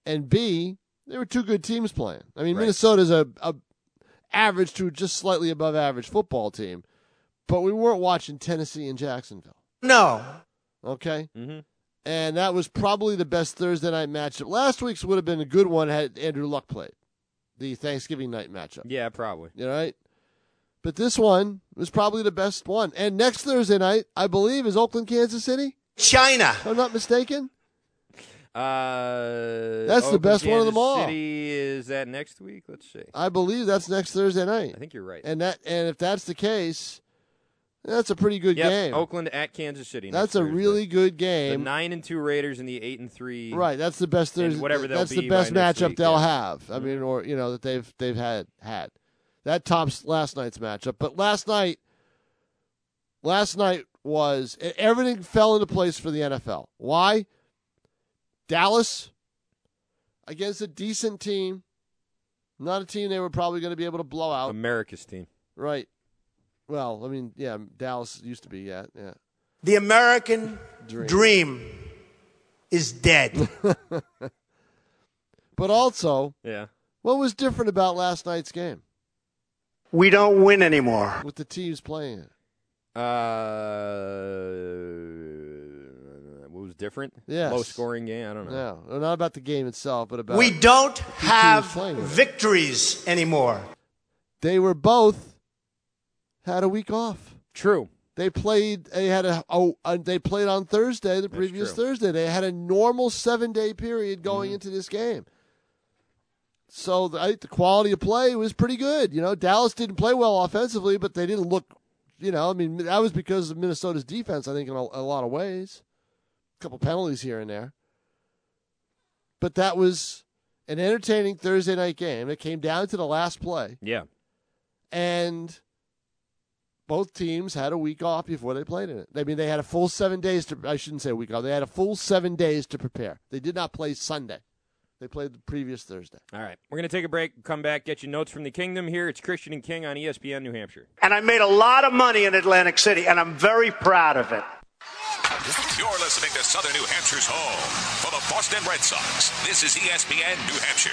And B, there were two good teams playing. I mean, Right. Minnesota's a, a average to just slightly above average football team, but we weren't watching Tennessee and Jacksonville. No. Okay. Mm-hmm. And that was probably the best Thursday night matchup. Last week's would have been a good one had Andrew Luck played, the Thanksgiving night matchup. Yeah, probably. You know, right? But this one was probably the best one. And next Thursday night, I believe, is Oakland, Kansas City? China. If I'm not mistaken. Uh, That's the Oakland, best one of them Kansas all. City is that next week? Let's see. I believe that's next Thursday night. I think you're right. And that and if that's the case, that's a pretty good Yep, game. Oakland at Kansas City. that's next a Thursday. really good The game. nine and two Raiders and the eight and three. Right, that's the best and Thursday. Whatever they'll that's be the best by next matchup week, they'll yeah. have. I mean, or you know that they've they've had had that tops last night's matchup. But last night, last night was e- everything fell into place for the NFL. Why? Dallas against a decent team, not a team they were probably going to be able to blow out. America's team. Right. Well, I mean, yeah, Dallas used to be, yeah, yeah. The American Dream. dream, [LAUGHS] is dead. But also, Yeah. what was different about last night's game we don't win anymore. with the teams playing it? Uh, what was different? Yes. Low scoring game. I don't know. No, no, not about the game itself, but about We don't teams have playing with it. victories anymore. They were both had a week off. True. They played. They had a oh, uh, they played on Thursday, the previous true. Thursday. They had a normal seven day period going into this game. So the, I think the quality of play was pretty good. You know, Dallas didn't play well offensively, but they didn't look. You know, I mean, that was because of Minnesota's defense. I think in a, a lot of ways, a couple penalties here and there. But that was an entertaining Thursday night game. It came down to the last play Yeah. and both teams had a week off before they played in it. I mean, they had a full seven days to. I shouldn't say a week off. They had a full seven days to prepare. They did not play Sunday. They played the previous Thursday. All right. We're gonna take a break. Come back. Get you notes from the kingdom. Here it's Christian and King on E ESPN New Hampshire. And I made a lot of money in Atlantic City, and I'm very proud of it. You're listening to Southern New Hampshire's E home for the Boston Red Sox. This is ESPN New Hampshire.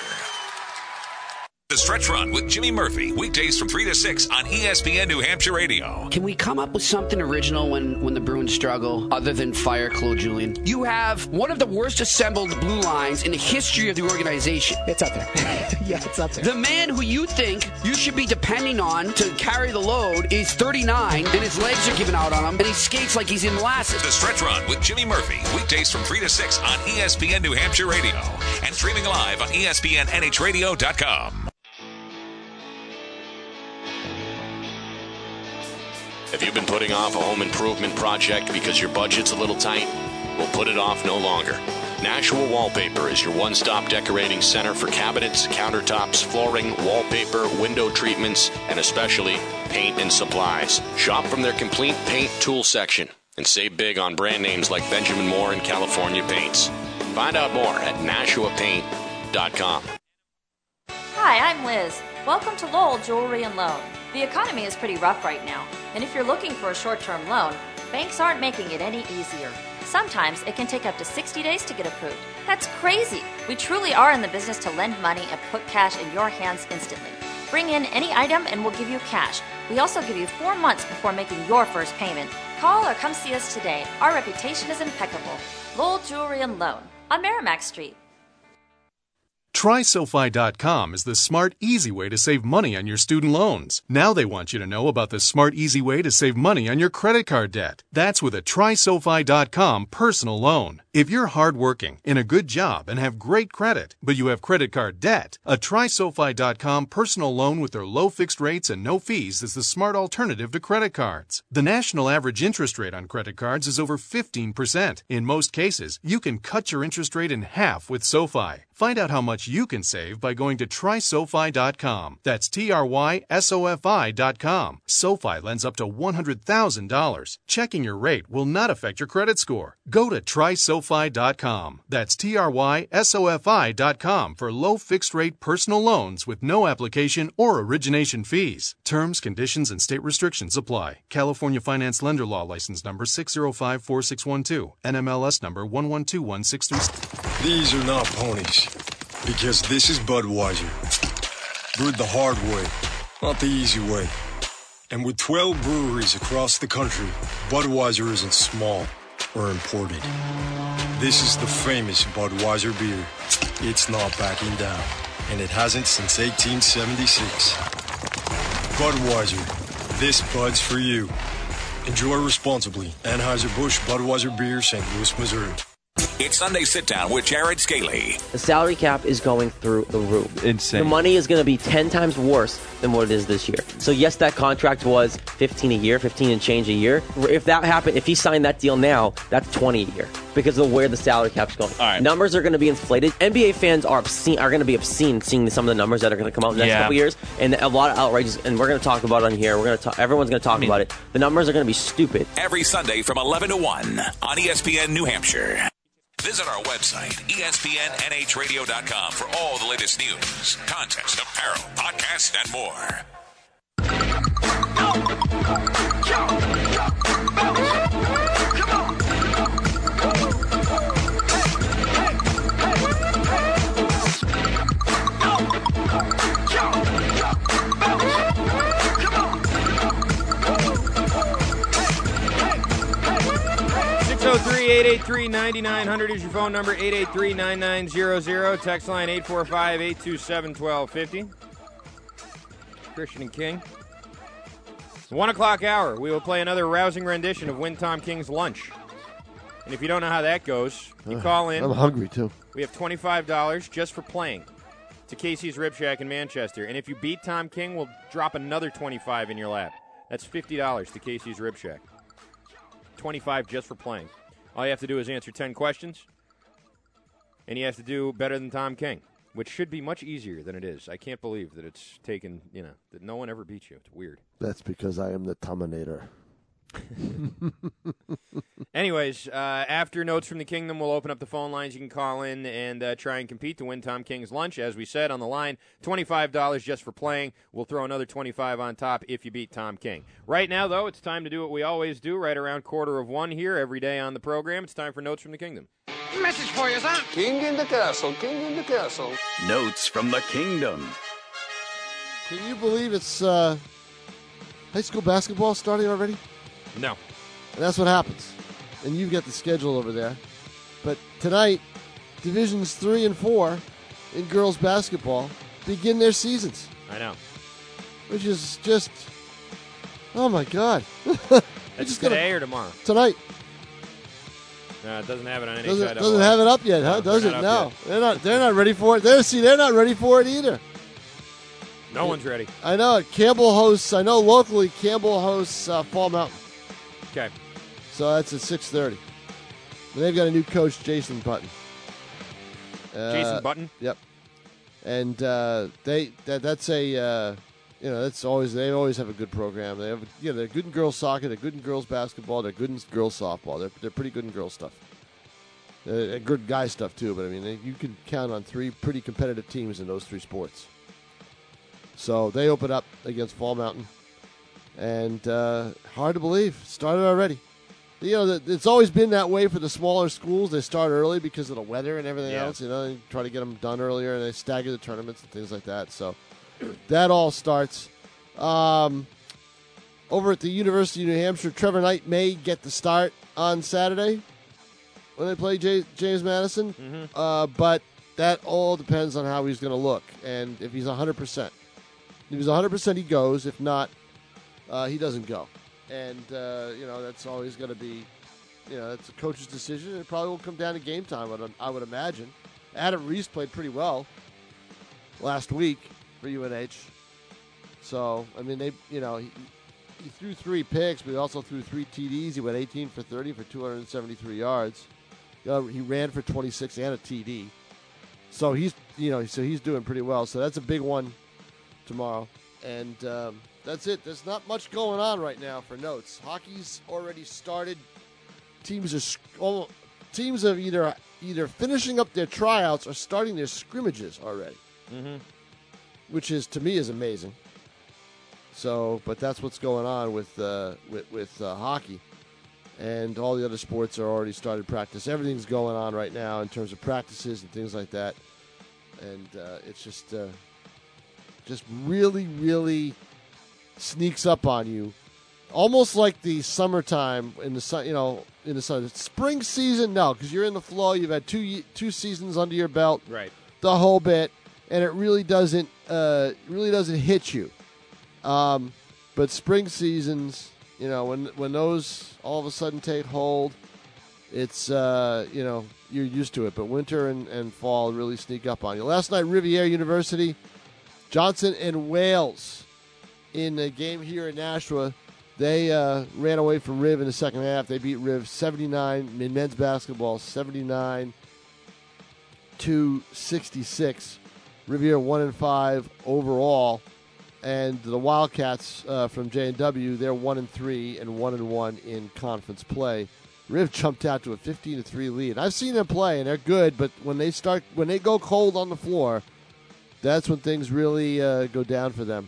The Stretch Run with Jimmy Murphy, weekdays from 3 to 6 on E ESPN New Hampshire Radio. Can we come up with something original when, when the Bruins struggle, other than fire Claude Julian? You have one of the worst assembled blue lines in the history of the organization. It's up there. [LAUGHS] yeah, it's up there. The man who you think you should be depending on to carry the load is 39, and his legs are giving out on him, and he skates like he's in molasses. The Stretch Run with Jimmy Murphy, weekdays from 3 to 6 on E ESPN New Hampshire Radio and streaming live on E ESPNNHradio.com. If you've been putting off a home improvement project because your budget's a little tight, we'll put it off no longer. Nashua Wallpaper is your one stop decorating center for cabinets, countertops, flooring, wallpaper, window treatments, and especially paint and supplies. Shop from their complete paint tool section and save big on brand names like Benjamin Moore and California Paints. Find out more at NashuaPaint.com. Hi, I'm Liz. Welcome to Lowell Jewelry and Loan. The economy is pretty rough right now, and if you're looking for a short term loan, banks aren't making it any easier. Sometimes it can take up to 60 days to get approved. That's crazy! We truly are in the business to lend money and put cash in your hands instantly. Bring in any item and we'll give you cash. We also give you four months before making your first payment. Call or come see us today. Our reputation is impeccable. Lowell Jewelry and Loan on Merrimack Street. TrySofi.com is the smart, easy way to save money on your student loans. Now they want you to know about the smart, easy way to save money on your credit card debt. That's with a TrySofi.com personal loan. If you're hardworking, in a good job, and have great credit, but you have credit card debt, a TrySofi.com personal loan with their low fixed rates and no fees is the smart alternative to credit cards. The national average interest rate on credit cards is over 15%. In most cases, you can cut your interest rate in half with SoFi. Find out how much you can save by going to trysofi.com. That's T R Y S O F I.com. SoFi lends up to $100,000. Checking your rate will not affect your credit score. Go to trysofi.com. That's T R Y S O F I.com for low fixed rate personal loans with no application or origination fees. Terms, conditions, and state restrictions apply. California Finance Lender Law License Number 6054612, NMLS Number 1121636. These are not ponies, because this is Budweiser. Brewed the hard way, not the easy way. And with 12 breweries across the country, Budweiser isn't small or imported. This is the famous Budweiser beer. It's not backing down, and it hasn't since 1876. Budweiser, this Bud's for you. Enjoy responsibly. Anheuser-Busch Budweiser Beer, St. Louis, Missouri. It's Sunday Sit Down with Jared Scaly. The salary cap is going through the roof. Insane. The money is going to be 10 times worse than what it is this year. So, yes, that contract was 15 a year, 15 and change a year. If that happened, if he signed that deal now, that's 20 a year because of where the salary cap's going. Numbers are going to be inflated. NBA fans are obscene, are going to be obscene seeing some of the numbers that are going to come out in the next Yeah. couple years. And a lot of outrageous, and we're going to talk about it on here. We're going to talk, everyone's going to talk about it. The numbers are going to be stupid. Every Sunday from 11 to 1 on E ESPN New Hampshire. Visit our website, E ESPNNHradio.com, for all the latest news, contests, apparel, podcasts, and more. Six zero three eight eight three ninety nine hundred is your phone number, 883-9900. Text line 845-827-1250. Christian and King. One o'clock hour, we will play another rousing rendition of Win Tom King's Lunch. And if you don't know how that goes, you Ugh, call in. I'm hungry, too. We have $25 just for playing to Casey's Rib Shack in Manchester. And if you beat Tom King, we'll drop another 25 in your lap. That's $50 to Casey's Rib Shack. 25 just for playing. All you have to do is answer 10 questions, and he has to do better than Tom King, which should be much easier than it is. I can't believe that it's taken, you know, that no one ever beat you. It's weird. That's because I am the Terminator. Anyways, uh, after Notes from the Kingdom, we'll open up the phone lines. You can call in and uh, try and compete to win Tom King's lunch. As we said on the line, $25 just for playing. We'll throw another 25 on top if you beat Tom King. Right now, though, it's time to do what we always do right around quarter of one here every day on the program. It's time for Notes from the Kingdom. Message for you, son. King in the castle, king in the castle. Notes from the Kingdom. Can you believe it's uh, high school basketball starting already? No. And that's what happens. And you've got the schedule over there. But tonight, divisions three and four in girls basketball begin their seasons, I know. which is just oh my god. [LAUGHS] That's just today gotta- or tomorrow? tonight No, it doesn't have it on any doesn't, side. doesn't have it up yet, huh? No, Does they're it? not No, up they're not. They're not ready for it. They're see, they're not ready for it either. No one's ready. I know it. Campbell hosts. I know locally Campbell hosts uh, Fall Mountain. Okay. So that's at six thirty. They've got a new coach, Jason Button. Uh, Jason Button? Yep. And uh, they that that's a uh, you know that's always they always have a good program. They have you know they're good in girls soccer, they're good in girls basketball, they're good in girls softball. They're they're pretty good in girls stuff. Uh, and good guy stuff too, but I mean they- you can count on three pretty competitive teams in those three sports. So they open up against Fall Mountain, and uh, hard to believe started already. You know, that- it's always been that way for the smaller schools. They start early because of the weather and everything Yeah. else. You know, they try to get them done earlier, and they stagger the tournaments and things like that. So that all starts. Um, over at the University of New Hampshire, Trevor Knight may get the start on Saturday when they play J- James Madison. Uh, but that all depends on how he's going to look and if he's 100%. If he's 100%, he goes. If not, uh, he doesn't go. And, uh, you know, that's always going to be, you know, that's a coach's decision. It probably will come down to game time, I would, I would imagine. Adam Reese played pretty well last week for UNH. So, I mean, they, you know, he, he threw three picks, but he also threw three TDs. He went 18 for 30 for 273 yards. Uh, he ran for 26 and a TD. So he's, you know, so he's doing pretty well. So that's a big one tomorrow. And um, that's it. There's not much going on right now for notes. Hockey's already started. Teams are sc- almo- teams have either either finishing up their tryouts or starting their scrimmages already, Mm-hmm. which is to me is amazing. So, but that's what's going on with uh, with, with uh, hockey, and all the other sports are already started practice. Everything's going on right now in terms of practices and things like that, and uh, it's just uh, just really, really sneaks up on you, almost like the summertime in the sun. You know, in the sun, spring season. No, because you're in the flow. You've had two ye- two seasons under your belt, Right. The whole bit, and it really doesn't uh, really doesn't hit you. Um, but spring seasons, you know, when when those all of a sudden take hold, it's uh, you know you're used to it. But winter and, and fall really sneak up on you. Last night, Riviera University, Johnson and Wales, in a game here in Nashua, they uh, ran away from Riv in the second half. They beat Riv 79 in men's basketball, 79 to 66. Riviera one and five overall, and the Wildcats uh, from J and W they're one and three and one and one in conference play. Riv jumped out to a 15 to three lead. I've seen them play and they're good, but when they start when they go cold on the floor, that's when things really uh, go down for them.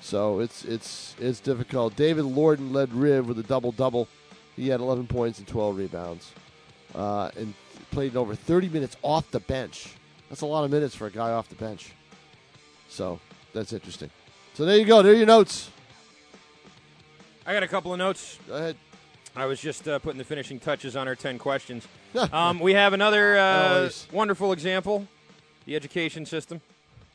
So it's it's it's difficult. David Lorden led Riv with a double double. He had 11 points and 12 rebounds, uh, and played over 30 minutes off the bench. That's a lot of minutes for a guy off the bench. So that's interesting. So there you go. There are your notes. I got a couple of notes. Go ahead. I was just uh, putting the finishing touches on our 10 questions. um, we have another uh, Always. wonderful example the education system.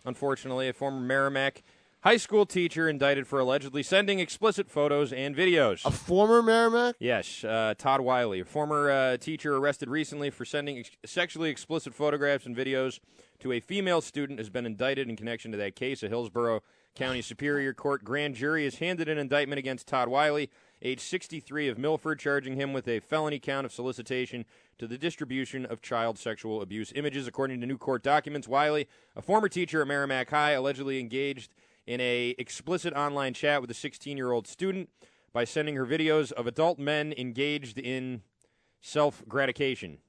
Unfortunately, a former Merrimack high school teacher indicted for allegedly sending explicit photos and videos. A former Merrimack. Yes, uh, Todd Wiley, a former uh, teacher arrested recently for sending ex- sexually explicit photographs and videos to a female student, has been indicted in connection to that case. A Hillsborough County Superior Court grand jury has handed an indictment against Todd Wiley, age 63 of Milford, charging him with a felony count of solicitation to the distribution of child sexual abuse images. According to new court documents, Wiley, a former teacher at Merrimack High, allegedly engaged in a explicit online chat with a 16-year-old student by sending her videos of adult men engaged in self-gratification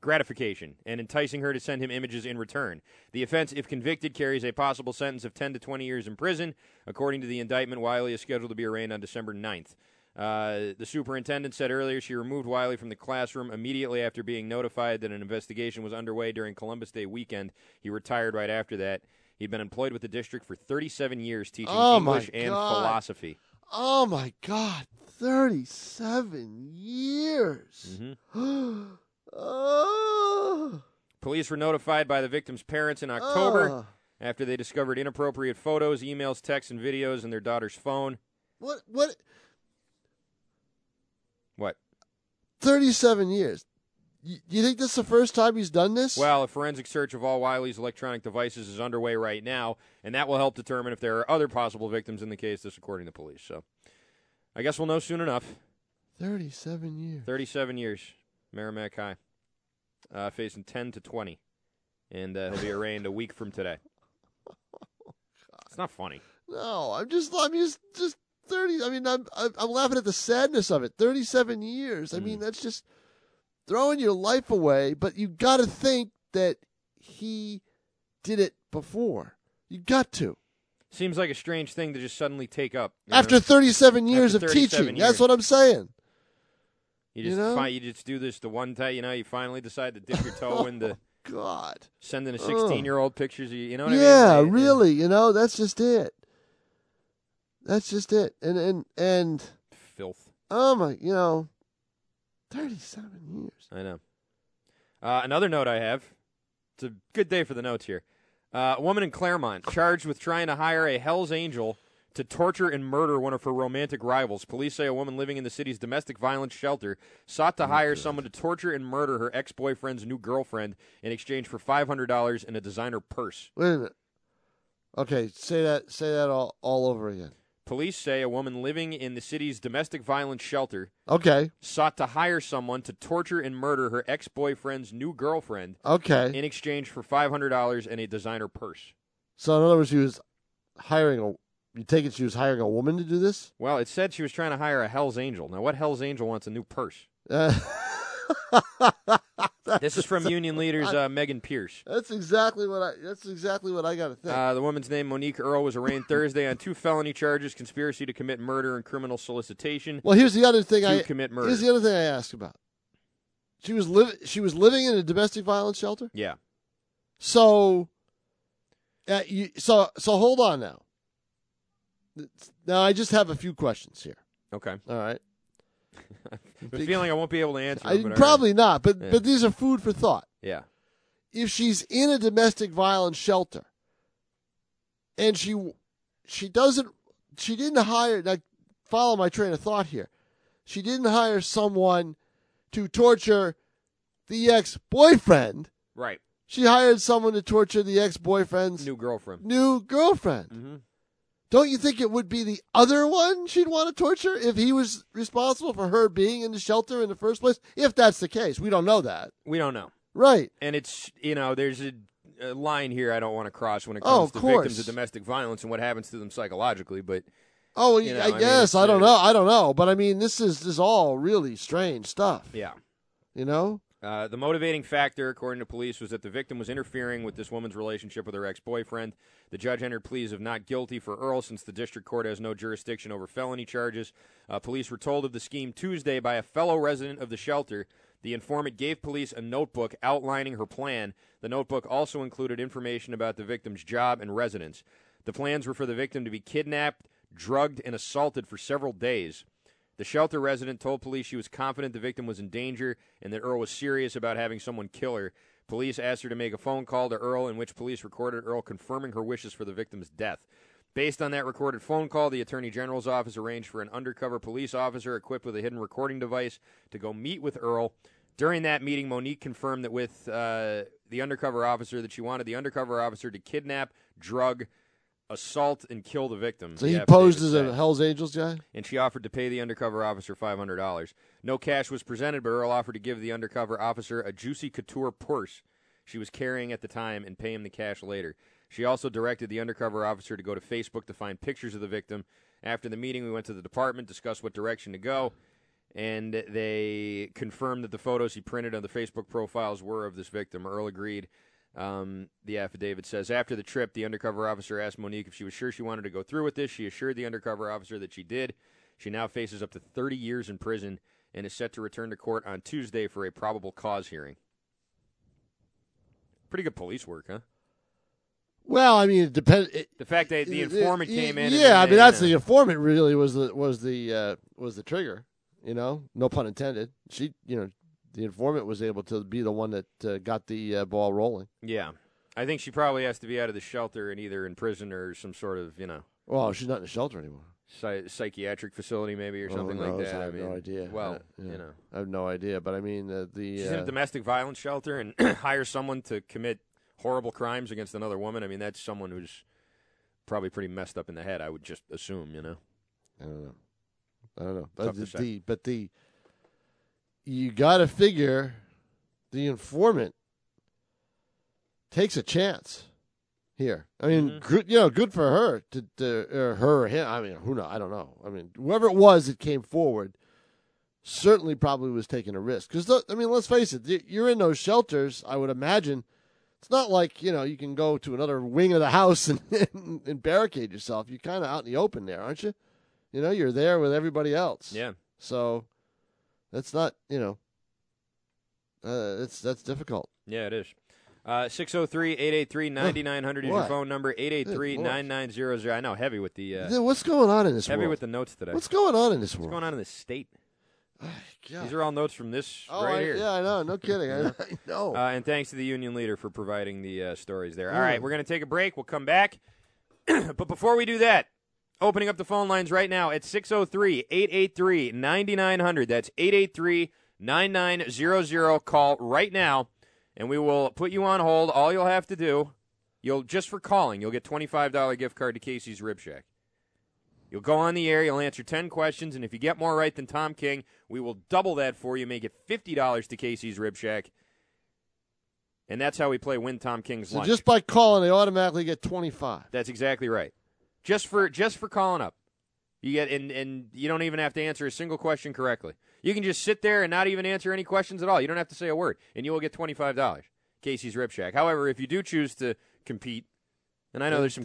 gratification and enticing her to send him images in return. The offense, if convicted, carries a possible sentence of 10 to 20 years in prison. According to the indictment, Wiley is scheduled to be arraigned on December 9th. Uh, the superintendent said earlier she removed Wiley from the classroom immediately after being notified that an investigation was underway during Columbus Day weekend. He retired right after that. He'd been employed with the district for 37 years teaching Oh, my English and God. philosophy. Oh my God, thirty-seven years. Mm-hmm. [GASPS] oh. Police were notified by the victim's parents in October Ugh. after they discovered inappropriate photos, emails, texts, and videos in their daughter's phone. What? What? What? Thirty-seven years. Y- you think this is the first time he's done this? Well, a forensic search of all Wiley's electronic devices is underway right now, and that will help determine if there are other possible victims in the case, this according to police. So I guess we'll know soon enough. Thirty-seven years. 37 years, Merrimack High, uh, facing 10 to 20, and uh, he'll be arraigned a week from today. It's not funny. No, I'm just. I'm just. Just thirty. I mean, I'm. I'm I'm laughing at the sadness of it. Thirty-seven years. I mean, Mm. that's just throwing your life away. But you got to think that he did it before. You got to. Seems like a strange thing to just suddenly take up. you know? After 37 years After of 37 teaching. years. That's what I'm saying. You You just know? fi- you just do this the one time, you know. You finally decide to dip [LAUGHS] your toe in the Oh, God. Sending a Ugh. sixteen-year-old pictures, of you you know what yeah, I mean? It- really. You know, that's just it. That's just it. And and and filth. oh my, you know, 37 years. I know. Uh, another note I have. It's a good day for the notes here. Uh, a woman in Claremont charged with trying to hire a Hell's Angel to torture and murder one of her romantic rivals. Police say a woman living in the city's domestic violence shelter sought Oh to hire someone to torture and murder her ex boyfriend's new girlfriend in exchange for $500 and a designer purse. Wait a minute. Okay, say that say that all, all over again. Police say a woman living in the city's domestic violence shelter Okay. sought to hire someone to torture and murder her ex boyfriend's new girlfriend Okay. in exchange for $500 and a designer purse. So in other words, she was hiring a you take it she was hiring a woman to do this? [LAUGHS] Well, it said she was trying to hire a Hell's Angel. Now, what Hell's Angel wants a new purse? Uh, this is from union leaders uh, Megan Pierce. that's exactly what I that's exactly what I got to think. Uh, the woman's name, Monique Earl, was arraigned Thursday on two felony charges conspiracy to commit murder and criminal solicitation. Well, here's the other thing to I commit murder. Here's the other thing I asked about. She was living. She was living in a domestic violence shelter. yeah. So, uh, you, so so hold on now. Now I just have a few questions here. Okay. All right. I have a feeling I won't be able to answer I, it, but all probably right. not, but Yeah. but these are food for thought. Yeah. If she's in a domestic violence shelter, and she she doesn't she didn't hire now follow my train of thought here. She didn't hire someone to torture the ex boyfriend. Right. She hired someone to torture the ex boyfriend's New girlfriend. new girlfriend. Don't you think it would be the other one she'd want to torture if he was responsible for her being in the shelter in the first place? If that's the case, we don't know that. We don't know. Right. And it's, you know, there's a, a line here I don't want to cross when it Oh, comes of to course. victims of domestic violence and what happens to them psychologically, but. Oh, You know, I I mean, guess I it's, don't uh, know. I don't know, but I mean, this is this is all really strange stuff. Yeah. You know. Uh, the motivating factor, according to police, was that the victim was interfering with this woman's relationship with her ex boyfriend. The judge entered pleas of not guilty for Earl since the district court has no jurisdiction over felony charges. Uh, police were told of the scheme Tuesday by a fellow resident of the shelter. The informant gave police a notebook outlining her plan. The notebook also included information about the victim's job and residence. The plans were for the victim to be kidnapped, drugged, and assaulted for several days. The shelter resident told police she was confident the victim was in danger and that Earl was serious about having someone kill her. Police asked her to make a phone call to Earl, in which police recorded Earl confirming her wishes for the victim's death. Based on that recorded phone call, the Attorney General's office arranged for an undercover police officer equipped with a hidden recording device to go meet with Earl. During that meeting, Monique confirmed that with uh, the undercover officer that she wanted the undercover officer to kidnap, drug, assault, and kill the victim. So the he affidavit posed as said a Hell's Angels guy. and she offered to pay the undercover officer $500. No cash was presented, but Earl offered to give the undercover officer a juicy couture purse she was carrying at the time and pay him the cash later. She also directed the undercover officer to go to Facebook to find pictures of the victim. After the meeting, we went to the department, discussed what direction to go, and they confirmed that the photos he printed on the Facebook profiles were of this victim. Earl agreed. Um, the affidavit says after the trip, the undercover officer asked Monique if she was sure she wanted to go through with this. She assured the undercover officer that she did. She now faces up to 30 years in prison and is set to return to court on Tuesday for a probable cause hearing. Pretty good police work, huh? Well, I mean, it depends. The fact that the informant came in. and then Yeah, I they, uh, mean that's you the informant. Really was the was the uh, was the trigger. You know, no pun intended. She, you know, the informant was able to be the one that uh, got the uh, ball rolling. know. Yeah, I think she probably has to be out of the shelter and either in prison or some sort of you know Well, she's not in the shelter anymore. psy- psychiatric facility maybe or Oh, something who knows? like that. I have mean, no idea. Well, I, yeah. you know, I have no idea. But I mean, uh, the she's in uh, a domestic violence shelter and [CLEARS THROAT] hire someone to commit horrible crimes against another woman. I mean, that's someone who's probably pretty messed up in the head. I would just assume, you know. I don't know. I don't know. Tough But to the, say. the but the you got to figure the informant takes a chance here. I mean, Mm-hmm. good, you know, good for her to, to or her or him. I mean, who know? I don't know. I mean, whoever it was that came forward certainly probably was taking a risk because I mean, let's face it, y- you're in those shelters. I would imagine. It's not like you know you can go to another wing of the house [LAUGHS] and, and, barricade yourself. You're kind of out in the open there, aren't you? You know, you're there with everybody else. Yeah. So that's not you know. Uh, that's that's difficult. Yeah, it is. Uh, 603-883-9900 is your What? phone number. Good lord. 883-9900. I know, heavy with the... Uh, Yeah, what's going on in this Heavy world? with the notes today. What's going on in this What's world? going on in this state? These are all notes from this Oh, right I- here. yeah, I know. No kidding. [LAUGHS] I, I know. Uh, and thanks to the union leader for providing the uh, stories there. All Mm. right, we're going to take a break. We'll come back. [CLEARS THROAT] but before we do that, opening up the phone lines right now oh at 603 883 9900. That's 883 9900. Call right now, and we will put you on hold. All you'll have to do, you'll just for calling, you'll get $25 gift card to Casey's Rib Shack. You'll go on the air, you'll answer 10 questions, and if you get more right than Tom King, we will double that for you, make it $50 to Casey's Rib Shack. And that's how we play Win Tom King's so Lunch. just by calling, they automatically get twenty five. That's exactly right. Just for just for calling up. You get and and you don't even have to answer a single question correctly. You can just sit there and not even answer any questions at all. You don't have to say a word, and you will get twenty five dollars. Casey's Rib Shack. However, if you do choose to compete, and I know there's some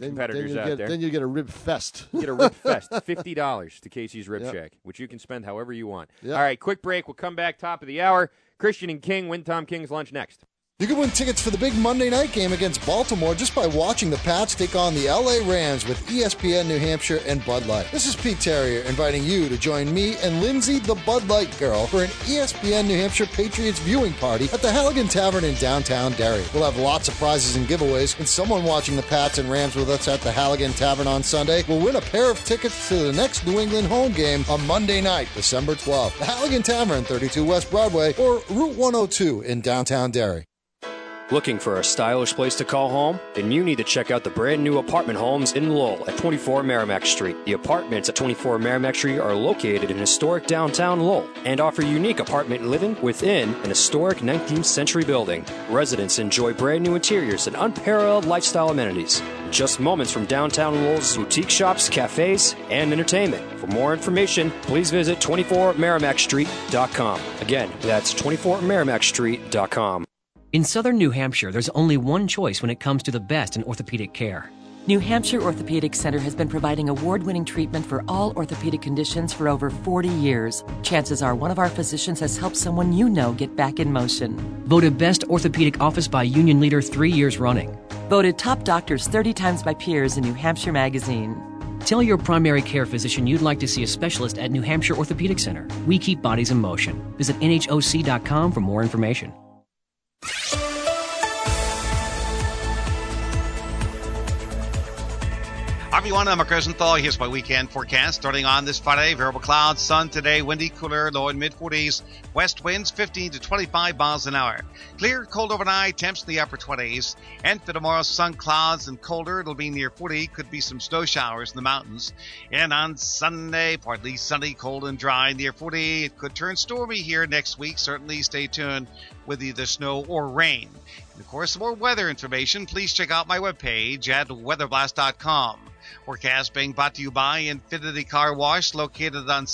then competitors you out get, there, Then you get a rib fest. you get [LAUGHS] a rib fest, fifty dollars to Casey's Rib Yep. Shack, which you can spend however you want. Yep. All right, quick break. We'll come back top of the hour. Christian and King win Tom King's lunch next. You can win tickets for the big Monday night game against Baltimore just by watching the Pats take on the LA Rams with E ESPN New Hampshire and Bud Light. This is Pete Terrier inviting you to join me and Lindsay the Bud Light Girl for an E ESPN New Hampshire Patriots viewing party at the Halligan Tavern in downtown Derry. We'll have lots of prizes and giveaways, and someone watching the Pats and Rams with us at the Halligan Tavern on Sunday will win a pair of tickets to the next New England home game on Monday night, December 12th. The Halligan Tavern, 32 West Broadway, or Route 102 in downtown Derry. Looking for a stylish place to call home? Then you need to check out the brand new apartment homes in Lowell at 24 Merrimack Street. The apartments at 24 Merrimack Street are located in historic downtown Lowell and offer unique apartment living within an historic 19th century building. Residents enjoy brand new interiors and unparalleled lifestyle amenities. Just moments from downtown Lowell's boutique shops, cafes, and entertainment. For more information, please visit 24merrimackstreet.com. Again, that's 24merrimackstreet.com. In southern New Hampshire, there's only one choice when it comes to the best in orthopedic care. New Hampshire Orthopedic Center has been providing award winning treatment for all orthopedic conditions for over 40 years. Chances are one of our physicians has helped someone you know get back in motion. Voted Best Orthopedic Office by Union Leader three years running. Voted top doctors 30 times by peers in New Hampshire Magazine. Tell your primary care physician you'd like to see a specialist at New Hampshire Orthopedic Center. We keep bodies in motion. Visit NHOC.com for more information. Hi everyone, I'm Mark Rosenthal. Here's my weekend forecast. Starting on this Friday, variable clouds, sun today, windy, cooler, low and mid 40s, west winds 15 to 25 miles an hour. Clear, cold overnight, temps in the upper 20s. And for tomorrow, sun, clouds, and colder. It'll be near 40, could be some snow showers in the mountains. And on Sunday, partly sunny, cold and dry, near 40. It could turn stormy here next week. Certainly stay tuned with either snow or rain. And of course, for more weather information, please check out my webpage at weatherblast.com. Forecast being brought to you by Infinity Car Wash, located on